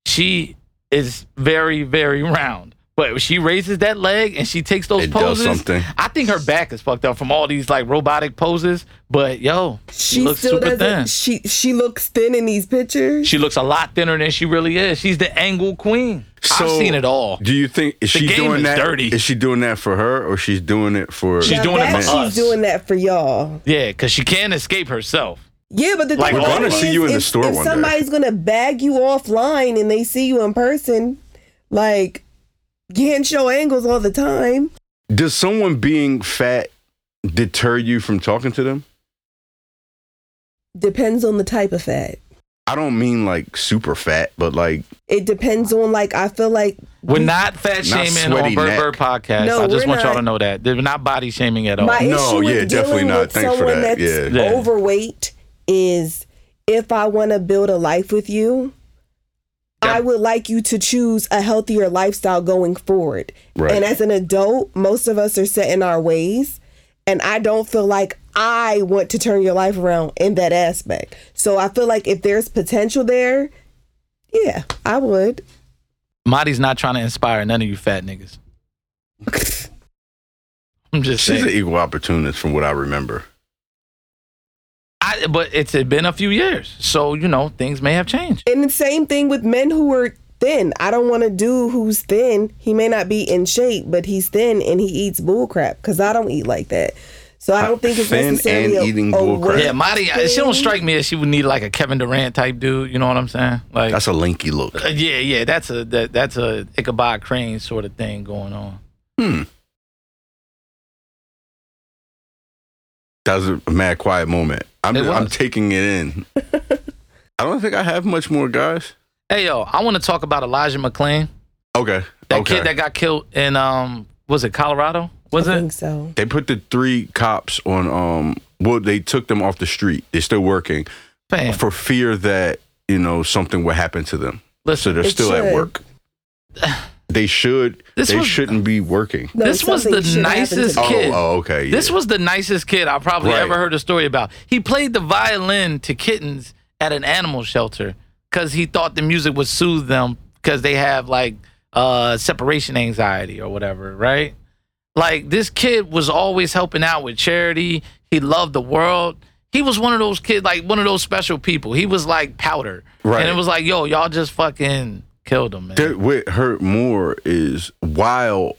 S3: She is very, very round. But she raises that leg and she takes those
S1: It does
S3: poses.
S1: something.
S3: I think her back is fucked up from all these like robotic poses. But yo, she,
S4: She
S3: looks
S4: still
S3: super
S4: doesn't.
S3: thin.
S4: She she looks thin in these pictures.
S3: She looks a lot thinner than she really is. She's the angle queen. I've seen it all.
S1: Do you think is she
S3: game
S1: doing
S3: is
S1: that?
S3: dirty.
S1: Is she doing that for her or she's doing it for?
S3: She's
S4: Now
S3: doing it
S4: that
S3: for
S4: she's
S3: us.
S4: doing that for y'all.
S3: Yeah, because she can't escape herself.
S4: Yeah, but the
S3: Like,
S4: thing
S3: we're
S4: about
S3: gonna
S4: it
S1: see
S4: is,
S1: you in the
S4: if,
S1: store
S4: if
S1: one day.
S4: somebody's gonna bag you offline and they see you in person, like you can't show angles all the time.
S1: Uh, Does someone being fat deter you from talking to them?
S4: Depends on the type of fat.
S1: I don't mean like super fat, but like
S4: It depends on like I feel like
S3: We're not fat
S1: Not
S3: shaming on
S1: sweaty
S3: Bird
S1: neck.
S3: Bird podcast.
S4: No,
S3: I just
S4: we're
S3: want y'all
S4: not.
S3: to know that they're not body shaming at all.
S4: My
S1: No,
S4: issue with
S1: yeah, definitely
S4: dealing
S1: not.
S4: with
S1: Thanks for
S4: someone
S1: that.
S4: that's
S3: Yeah. Yeah.
S4: overweight is if I want to build a life with you,
S3: That-
S4: I would like you to choose a healthier lifestyle going forward.
S1: Right.
S4: And as an adult, most of us are set in our ways, and I don't feel like I want to turn your life around in that aspect. So I feel like if there's potential there, yeah, I would.
S3: Marty's not trying to inspire none of you fat niggas. I'm just
S1: she's an
S3: saying.
S1: equal opportunist from what I remember.
S3: I, but it's been a few years, so you know things may have changed.
S4: And the same thing with men who are thin. I don't want to do who's thin. He may not be in shape, but he's thin and he eats bull crap because I don't eat like that. So I don't think it's
S1: Thin and
S4: necessarily a,
S1: eating
S4: a
S1: bull crap.
S4: work
S3: Yeah, Marty, uh, she
S4: thing.
S3: don't strike me as she would need like a Kevin Durant type dude. You know what I'm saying? Like,
S1: That's a lanky look.
S3: uh, yeah, yeah, that's a that, that's a Ichabod Crane sort of thing going on.
S1: Hmm. That was a mad quiet moment. I'm
S3: It
S1: I'm
S3: was.
S1: taking it in. I don't think I have much more guys.
S3: Hey, yo, I want to talk about Elijah McClain,
S1: Okay.
S3: that
S1: okay.
S3: kid that got killed in um, was it Colorado? Was
S4: I
S3: it?
S4: think so.
S1: they put the three cops on um well they took them off the street. They're still working
S3: Man,
S1: for fear that, you know, something would happen to them. So
S3: listen,
S1: they're
S4: It
S1: still at
S4: should.
S1: work. They should
S3: This
S1: they
S3: was-
S1: shouldn't be working.
S4: No,
S3: This was
S4: something
S3: the
S4: should happen to
S3: nicest
S4: them.
S1: Oh,
S3: Kid.
S1: oh, okay. Yeah.
S3: this was the nicest kid I probably
S1: Right.
S3: ever heard a story about. He played the violin to kittens at an animal shelter because he thought the music would soothe them because they have like uh, separation anxiety or whatever, right? Like this kid was always helping out with charity. He loved the world. He was one of those kids, like one of those special people. He was like powder,
S1: Right.
S3: And it was like, yo, y'all just fucking killed him, man.
S1: That what hurt more is while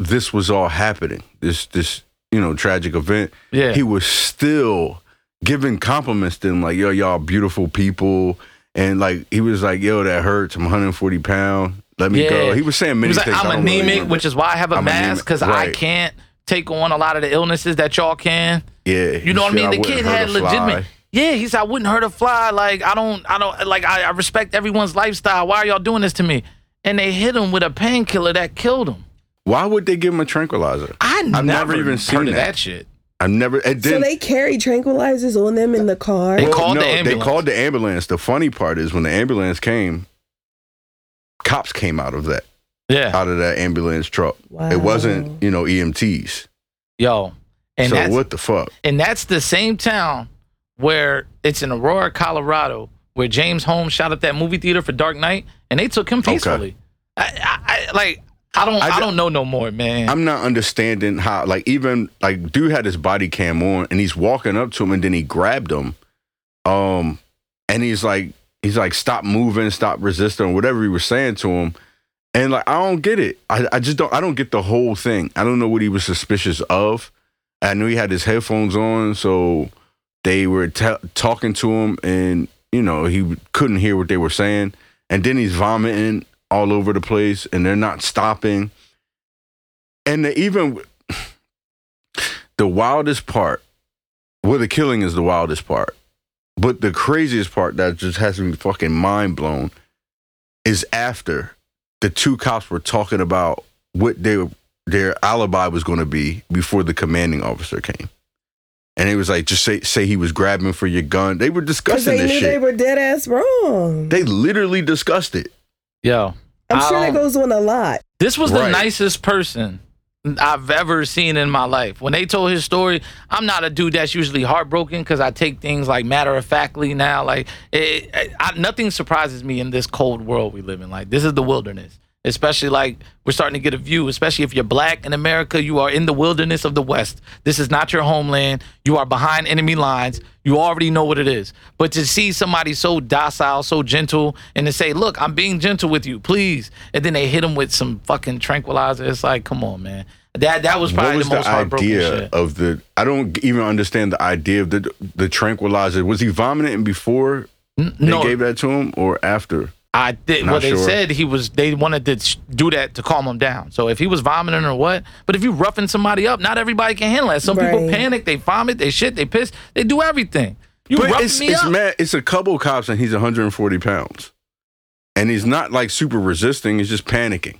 S1: this was all happening, this this you know tragic event,
S3: yeah,
S1: he was still giving compliments to them, like yo, y'all beautiful people, and like he was like yo, that hurts. I'm 140 pound. Let me go.
S3: Yeah.
S1: uh, He was saying many
S3: He was like,
S1: things. I
S3: I'm
S1: don't really
S3: anemic,
S1: remember.
S3: which is why I have a
S1: I'm
S3: mask
S1: anemic,
S3: because I
S1: right.
S3: can't take on a lot of the illnesses that y'all can.
S1: yeah,
S3: You know what I mean? the kid had legitimate. Yeah, he said I wouldn't hurt a fly. Like I don't, I don't like I, I respect everyone's lifestyle. Why are y'all doing this to me? And they hit him with a painkiller that killed him.
S1: Why would they give him a tranquilizer?
S3: I
S1: never
S3: never,
S1: even
S3: heard
S1: seen
S3: of
S1: that.
S3: that. shit.
S1: I've never. It
S4: So
S1: didn't.
S4: they carry tranquilizers on them in the car.
S3: They called the
S1: Oh, They
S3: ambulance.
S1: called the ambulance. The funny part is when the ambulance came, cops came out of that
S3: Yeah,
S1: out of that ambulance truck.
S4: Wow.
S1: It wasn't, you know, EMTs.
S3: yo, and
S1: so
S3: that's
S1: what the fuck?
S3: and that's the same town where it's in Aurora, Colorado, where James Holmes shot up that movie theater for Dark Knight, and they took him peacefully. I, I, I like I don't
S1: I
S3: I,
S1: ju-
S3: don't know no more, man.
S1: I'm not understanding how like even like dude had his body cam on and he's walking up to him and then he grabbed him. Um and he's like he's like stop moving, stop resisting, whatever he was saying to him. And like I don't get it. I, I just don't I don't get the whole thing. I don't know what he was suspicious of. I knew he had his headphones on, so they were ta talking to him and you know, he couldn't hear what they were saying. And then he's vomiting all over the place and they're not stopping and the, even the wildest part well the killing is the wildest part but the craziest part that just has me fucking mind blown is after the two cops were talking about what their their alibi was going to be before the commanding officer came and it was like just say say he was grabbing for your gun they were
S4: Because
S1: discussing
S4: they
S1: this
S4: knew they
S1: shit
S4: were dead ass wrong.
S1: they literally discussed it
S3: Yo,
S4: I'm
S3: I
S4: sure that
S3: don't-
S4: goes on a lot.
S3: This was the
S1: Right.
S3: nicest person I've ever seen in my life. When they told his story, I'm not a dude that's usually heartbroken because I take things like matter of factly now. Like it, it- I, nothing surprises me in this cold world we live in. Like this is the wilderness. Especially like we're starting to get a view, especially if you're black in America, you are in the wilderness of the West. This is not your homeland. You are behind enemy lines. You already know what it is. But to see somebody so docile, so gentle, and to say, look, I'm being gentle with you, please. And then they hit him with some fucking tranquilizer. It's like, come on, man. That that was probably
S1: what was
S3: the most heartbroken
S1: idea
S3: shit.
S1: of the? I don't even understand the idea of the the tranquilizer. Was he vomiting before
S3: N-
S1: they
S3: no,
S1: gave that to him or after?
S3: I did.
S1: Not
S3: Well, they
S1: sure.
S3: said he was. They wanted to sh- do that to calm him down. So if he was vomiting or what, but if you roughing somebody up, not everybody can handle that. Some people
S4: Right.
S3: panic. They vomit. They shit. They piss. They do everything. You
S1: But
S3: roughing
S1: it's
S3: me
S1: it's
S3: up.
S1: mad. It's a couple cops and he's 140 pounds, and he's not like super resisting. He's just panicking.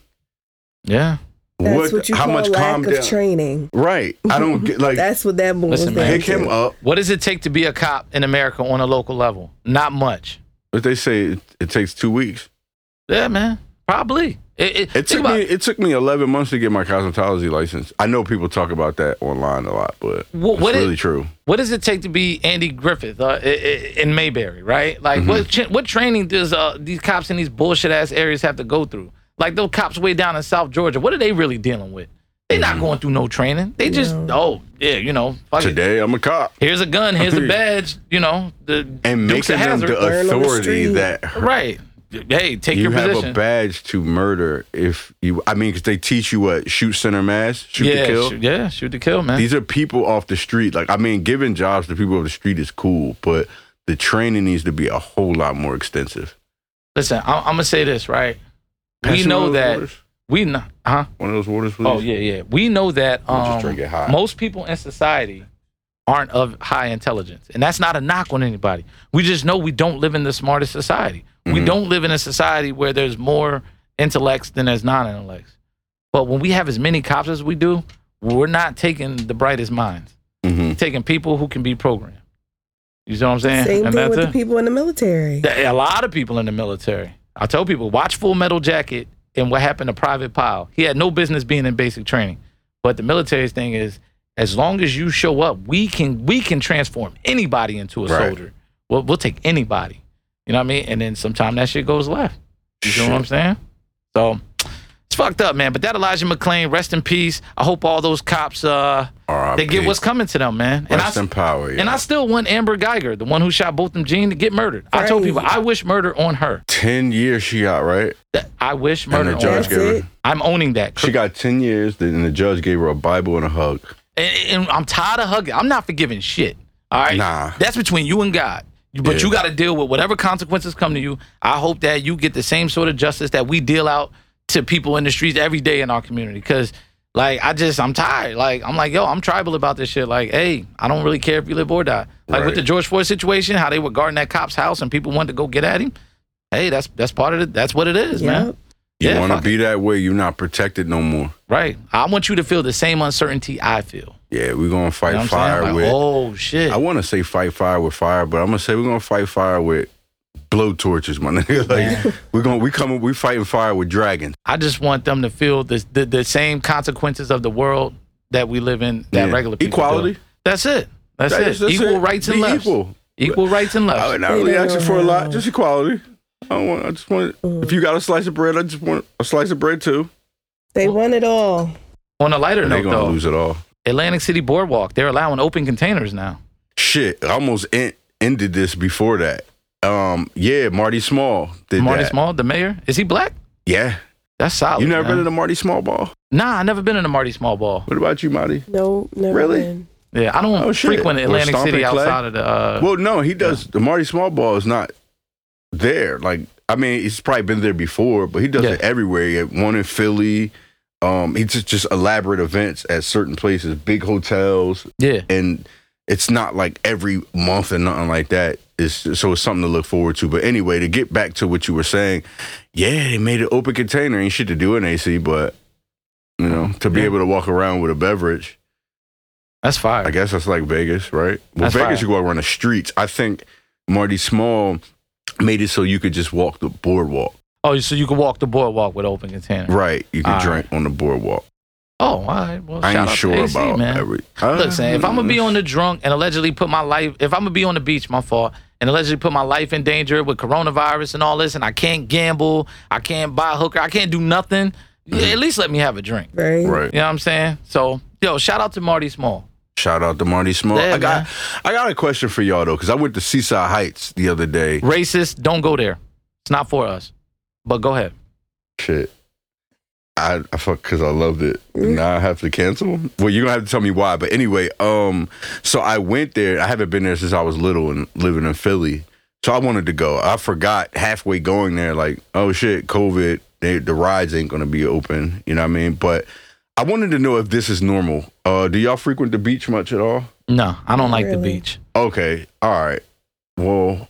S3: Yeah.
S4: That's what, you call lack of training.
S1: right. I don't get like
S4: That's what that boils
S3: Listen,
S4: down
S3: man.
S1: pick
S4: to.
S1: him up.
S3: What does it take to be a cop in America on a local level? Not much.
S1: But they say it, it takes two weeks.
S3: Yeah, man. Probably. It, it,
S1: It
S3: think
S1: took
S3: about-
S1: me it took me 11 months to get my cosmetology license. I know people talk about that online a lot, but
S3: Wha-
S1: it's
S3: what it-
S1: really true.
S3: What does it take to be Andy Griffith uh, i- i- in Mayberry, right? Like, what cha-
S1: Mm-hmm.
S3: what training does uh, these cops in these bullshit ass areas have to go through? Like those cops way down in South Georgia, what are they really dealing with? They're
S1: Mm-hmm.
S3: not going through no training. They just oh yeah, you know, fuck it.
S1: Today I'm a cop.
S3: Here's a gun, here's a badge, you know, the
S1: and
S3: Dukes
S1: making
S3: of
S1: them
S3: Hazzard.
S1: the
S4: Learn on the
S1: authority
S4: street.
S1: that
S3: right. hey, take
S1: you
S3: your
S1: have
S3: position.
S1: a badge to murder if you. I mean, because they teach you what shoot center mass, shoot
S3: yeah,
S1: to kill.
S3: Shoot, yeah, shoot to kill, man.
S1: These are people off the street. Like I mean, giving jobs to people off the street is cool, but the training needs to be a whole lot more extensive.
S3: Listen, I, I'm gonna say this right.
S1: Pass
S3: we
S1: you one
S3: know
S1: of those
S3: that
S1: waters?
S3: we know, huh?
S1: one of those waters, please.
S3: Oh yeah, yeah. We know that
S1: We'll just
S3: um,
S1: drink it hot.
S3: most people in society aren't of high intelligence, and that's not a knock on anybody. We just know we don't live in the smartest society. We
S1: Mhm.
S3: don't live in a society where there's more intellects than there's non-intellects. But when we have as many cops as we do, we're not taking the brightest minds.
S1: Mhm.
S3: We're taking people who can be programmed. You see what I'm saying?
S4: Same
S3: And
S4: thing
S3: that's
S4: with
S3: it.
S4: the people in the military.
S3: Th- A lot of people in the military. I tell people, watch Full Metal Jacket and what happened to Private Pyle. He had no business being in basic training. But the military's thing is, as long as you show up, we can we can transform anybody into a
S1: Right.
S3: soldier. We'll, we'll take anybody. You know what I mean? And then sometime that shit goes left. You know what I'm saying? So it's fucked up, man. But that Elijah McClain, rest in peace. I hope all those cops uh
S1: R.I.P.
S3: they get what's coming to them, man. And I
S1: Rest in power.
S3: and
S1: yo.
S3: I still want Amber Geiger, the one who shot Botham Jean, to get murdered. I told people I wish murder on her.
S1: ten years she got right,
S3: That- I wish
S1: and
S3: murder
S1: the
S3: on
S1: judge
S4: That's
S3: her.
S1: gave her.
S4: it.
S3: I'm owning that.
S1: She got ten years, and the judge gave her a Bible and a hug.
S3: and, and I'm tired of hugging. I'm not forgiving shit. All right.
S1: Nah.
S3: That's between you and God. You- But
S1: Yeah.
S3: you got to deal with whatever consequences come to you. I hope that you get the same sort of justice that we deal out to people in the streets every day in our community. Cause like I just I'm tired. Like I'm like yo, I'm tribal about this shit. Like hey, I don't really care if you live or die. Like with
S1: Right.
S3: the George Floyd situation, how they were guarding that cop's house and people wanted to go get at him. Hey, that's that's part of it. That's what it is, man.
S4: Yep.
S1: You
S3: Yeah,
S1: want to
S3: fuck
S1: be that way? You're not protected no more.
S3: Right. I want you to feel the same uncertainty I feel.
S1: Yeah, we're gonna
S3: You
S1: fight
S3: know what I'm
S1: fire
S3: saying? Like,
S1: with.
S3: oh shit.
S1: I want to say fight fire with fire, but I'm gonna say we're gonna fight fire with blow torches, my nigga. like we're gonna we coming we fighting fire with dragons.
S3: I just want them to feel the the, the same consequences of the world that we live in. That
S1: Yeah.
S3: regular people
S1: Equality.
S3: do. That's it. That's
S1: That
S3: it.
S1: is- that's
S3: equal
S1: it.
S3: rights and
S1: Be
S3: lefts. Oh,
S1: equal.
S3: Equal rights and
S1: I would
S3: lefts.
S1: not really asking for a lot, just equality. I don't want. I just want. If you got a slice of bread, I just want a slice of bread too.
S4: They want it all.
S3: On a lighter
S1: And they
S3: note,
S1: gonna
S3: though,
S1: lose it all.
S3: Atlantic City Boardwalk they're allowing open containers now.
S1: Shit, I almost en- ended this before that. Um, yeah, Marty Small did
S3: Marty
S1: that.
S3: Small, the mayor, is he black?
S1: Yeah,
S3: That's solid.
S1: you never
S3: man.
S1: been in a Marty Small ball.
S3: Nah, I never been in a Marty Small ball.
S1: What about you, Marty?
S4: No, never
S1: Really?
S4: been.
S3: Yeah, I don't
S1: Oh, shit.
S3: frequent
S1: Or
S3: Atlantic
S1: Stomping
S3: City
S1: Clay?
S3: outside of the. Uh,
S1: Well, no, he does. The Marty Smallball is not there. Like, I mean, he's probably been there before, but he does
S3: Yeah.
S1: it everywhere. He had one in Philly. Um, he just just elaborate events at certain places, big hotels,
S3: yeah,
S1: and it's not like every month and nothing like that. It's so it's something to look forward to. But anyway, to get back to what you were saying, yeah, they made an open container. Ain't shit to do in AC, but you know, to be
S3: Yeah.
S1: able to walk around with a beverage.
S3: that's fire.
S1: I guess that's like Vegas, right? Well,
S3: That's
S1: Vegas,
S3: fire.
S1: you go around the streets. I think Marty Small made it so you could just walk the boardwalk.
S3: oh, so you can walk the boardwalk with open container.
S1: Right. You could
S3: All
S1: drink on the boardwalk.
S3: Oh, all right. Well,
S1: I
S3: shout
S1: ain't
S3: out to
S1: sure
S3: AC,
S1: about
S3: man.
S1: every.
S3: Look, saying if I'm gonna be
S1: Uh-huh.
S3: on the drunk and allegedly put my life, if I'm gonna be on the beach, my fault, and allegedly put my life in danger with coronavirus and all this, and I can't gamble, I can't buy a hooker, I can't do nothing. yeah, At least let me have a drink.
S4: Right.
S1: Right.
S3: You know what I'm saying? So, yo, shout out to Marty Small.
S1: Shout out to Marty Small.
S3: Yeah,
S1: I got
S3: man.
S1: I got a question for y'all though, because I went to Seaside Heights the other day.
S3: Racist, don't go there. It's not for us. But go ahead.
S1: Shit. I, I fuck because I loved it. Now I have to cancel. Well, you're gonna have to tell me why. But anyway, um, so I went there. I haven't been there since I was little and living in Philly. So I wanted to go. I forgot halfway going there, like, oh shit, COVID. They, the rides ain't gonna be open. You know what I mean? But I wanted to know if this is normal. Uh, do y'all frequent the beach much at all?
S3: No, I don't like the
S4: Really?
S3: beach.
S1: Okay. All right. Well,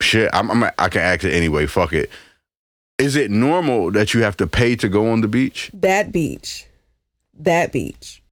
S1: shit. I'm, I'm. I can ask it anyway. Fuck it. Is it normal that you have to pay to go on the beach
S4: That beach. That beach.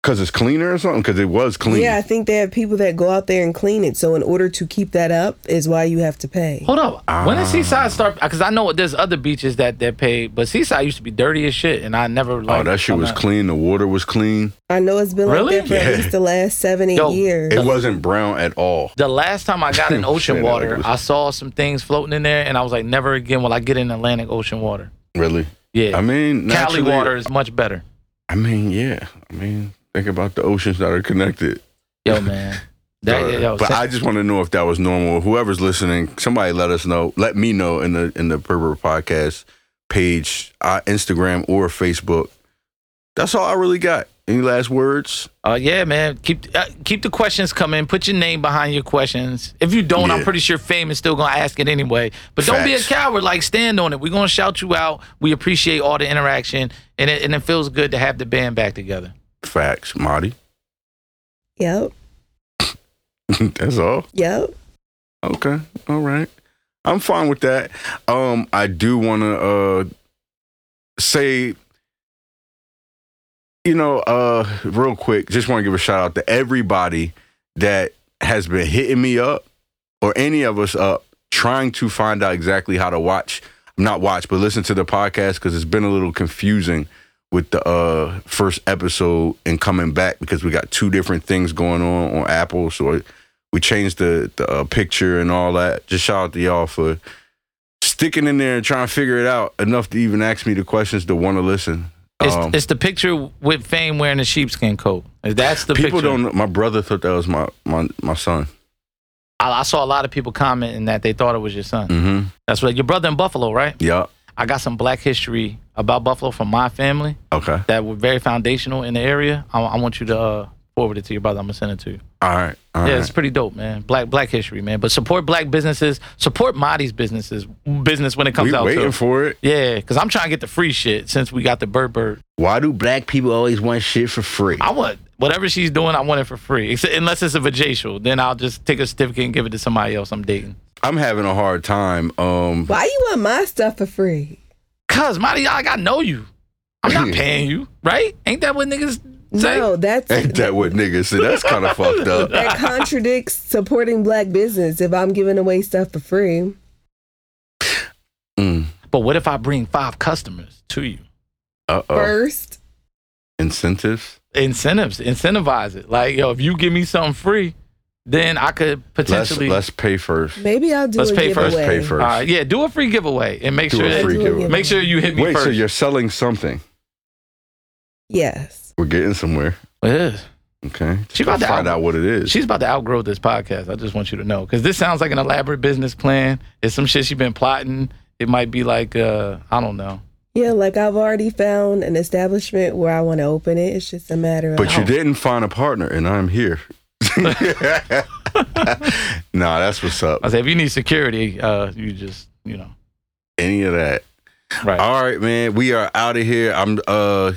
S1: because it's cleaner or something? Because it was clean.
S4: Yeah, I think they have people that go out there and clean it. So in order to keep that up is why you have to pay.
S3: Hold up. when did
S1: Ah.
S3: Seaside start? Because I know there's other beaches that that pay, but Seaside used to be dirty as shit, and I never
S1: Oh,
S3: like.
S1: that shit
S3: I'm
S1: was
S3: not-
S1: clean. The water was clean.
S4: I know it's been
S3: Really?
S4: like that for
S1: Yeah.
S4: at least the last seven, eight
S3: Yo,
S4: years.
S1: It wasn't brown at all.
S3: The last time I got in
S1: Shit,
S3: ocean
S1: I like
S3: water,
S1: this.
S3: I saw some things floating in there, and I was like, never again will I get in Atlantic Ocean water.
S1: Really.
S3: Yeah.
S1: I mean,
S3: Cali
S1: naturally-
S3: water is much better.
S1: I mean, yeah. I mean, think about the oceans that are connected.
S3: Yo, man. That- yo,
S1: but
S3: sa-
S1: I just want to know if that was normal. Whoever's listening, somebody let us know. Let me know in the in the Pervert Podcast page, uh, Instagram or Facebook. That's all I really got. Any last words?
S3: Uh, yeah, man. Keep uh, keep the questions coming. Put your name behind your questions. If you don't, I'm
S1: Yeah.
S3: pretty sure fame is still gonna ask it anyway. But don't be a
S1: Facts.
S3: coward. Like stand on it. We're gonna shout you out. We appreciate all the interaction, and it, and it feels good to have the band back together.
S1: Facts, Marty.
S4: Yep.
S1: That's all.
S4: Yep.
S1: Okay. All right. I'm fine with that. Um, I do want to uh say, you know, uh, real quick, just want to give a shout out to everybody that has been hitting me up or any of us up trying to find out exactly how to watch, not watch, but listen to the podcast because it's been a little confusing with the uh first episode and coming back because we got two different things going on on Apple, so. It, we changed the the uh, picture and all that. Just shout out to y'all for sticking in there and trying to figure it out enough to even ask me the questions to want to listen.
S3: It's,
S1: Um,
S3: it's the picture with fame wearing a sheepskin coat. That's the
S1: people
S3: picture.
S1: don't. know- My brother thought that was my my my son.
S3: I, I saw a lot of people commenting that they thought it was your son.
S1: Mm-hmm.
S3: That's what your brother in Buffalo, right?
S1: Yeah.
S3: I got some Black history about Buffalo from my family
S1: Okay.
S3: that were very foundational in the area. I, I want you to uh, forward it to your brother. I'm gonna send it to you.
S1: All right. All right.
S3: yeah, it's pretty dope, man. Black Black history, man. But support black businesses. Support Marty's businesses business when it comes
S1: we
S3: out.
S1: waiting
S3: Too.
S1: for it.
S3: yeah, because I'm trying to get the free shit since we got the bird bird.
S1: Why do black people always want shit for free?
S3: I want whatever she's doing. I want it for free, Except, unless it's a vajacial. Then I'll just take a certificate and give it to somebody else I'm dating.
S1: I'm having a hard time. Um.
S4: Why you want my stuff for free?
S3: Cause Marty, like I know you. I'm not paying you, right? Ain't that what niggas say?
S4: No, that's
S1: Ain't that what niggas say? That's kind of fucked up.
S4: that contradicts supporting black business if I'm giving away stuff for free.
S1: Mm.
S3: But what if I bring five customers to you?
S1: Uh oh.
S4: First,
S1: Incentives.
S3: Incentives, incentivize it. Like yo, if you give me something free, then I could
S1: Let's
S3: potentially
S1: let's pay first.
S4: maybe I'll do
S3: Let's
S4: a
S3: pay
S4: giveaway.
S3: first,
S1: Let's pay first.
S3: All right, yeah, do a free giveaway and make
S1: Do
S3: sure
S1: a
S4: I'll
S3: that,
S1: free
S4: do a
S1: giveaway.
S4: giveaway.
S3: make sure you hit me
S1: Wait.
S3: first.
S1: So you're selling something.
S4: Yes.
S1: We're getting somewhere.
S3: Yeah.
S1: Okay.
S3: She about to
S1: find
S3: out-
S1: out what it is.
S3: She's about to outgrow this podcast. I just want you to know because this sounds like an elaborate business plan. It's some shit she's been plotting. It might be like uh, I don't know.
S4: Yeah, like I've already found an establishment where I want to open it. It's just a matter of
S1: but you didn't find a partner, and I'm here. nah, that's what's up.
S3: I said if you need security, uh, you just you know
S1: Any of that.
S3: right.
S1: All right, man. We are out of here. I'm uh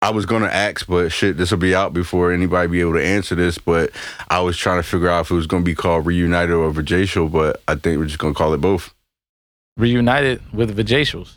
S1: I was gonna ask, but shit, this will be out before anybody be able to answer this. But I was trying to figure out if it was gonna be called Reunited or Vajay Show, but I think we're just gonna call it both.
S3: Reunited with Vajayshals.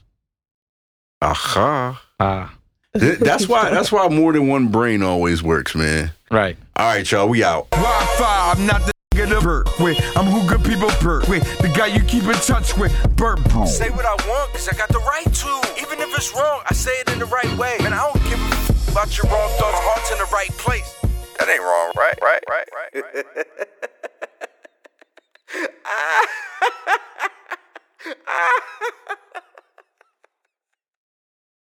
S1: Aha.
S3: Ah,
S1: Th- That's why that's why more than one brain always works, man.
S3: right.
S1: All right, y'all, we out.
S5: Wi-Fi, I'm not the nigga to burp with. I'm who good people burp with. The guy you keep in touch with, burp. Say what I want, cause I got the right to. Even if it's wrong, I say it in the right way. Man, I don't give a f- about your wrong thoughts. Heart's in the right place. That ain't wrong, right? Right? Right? Right? right.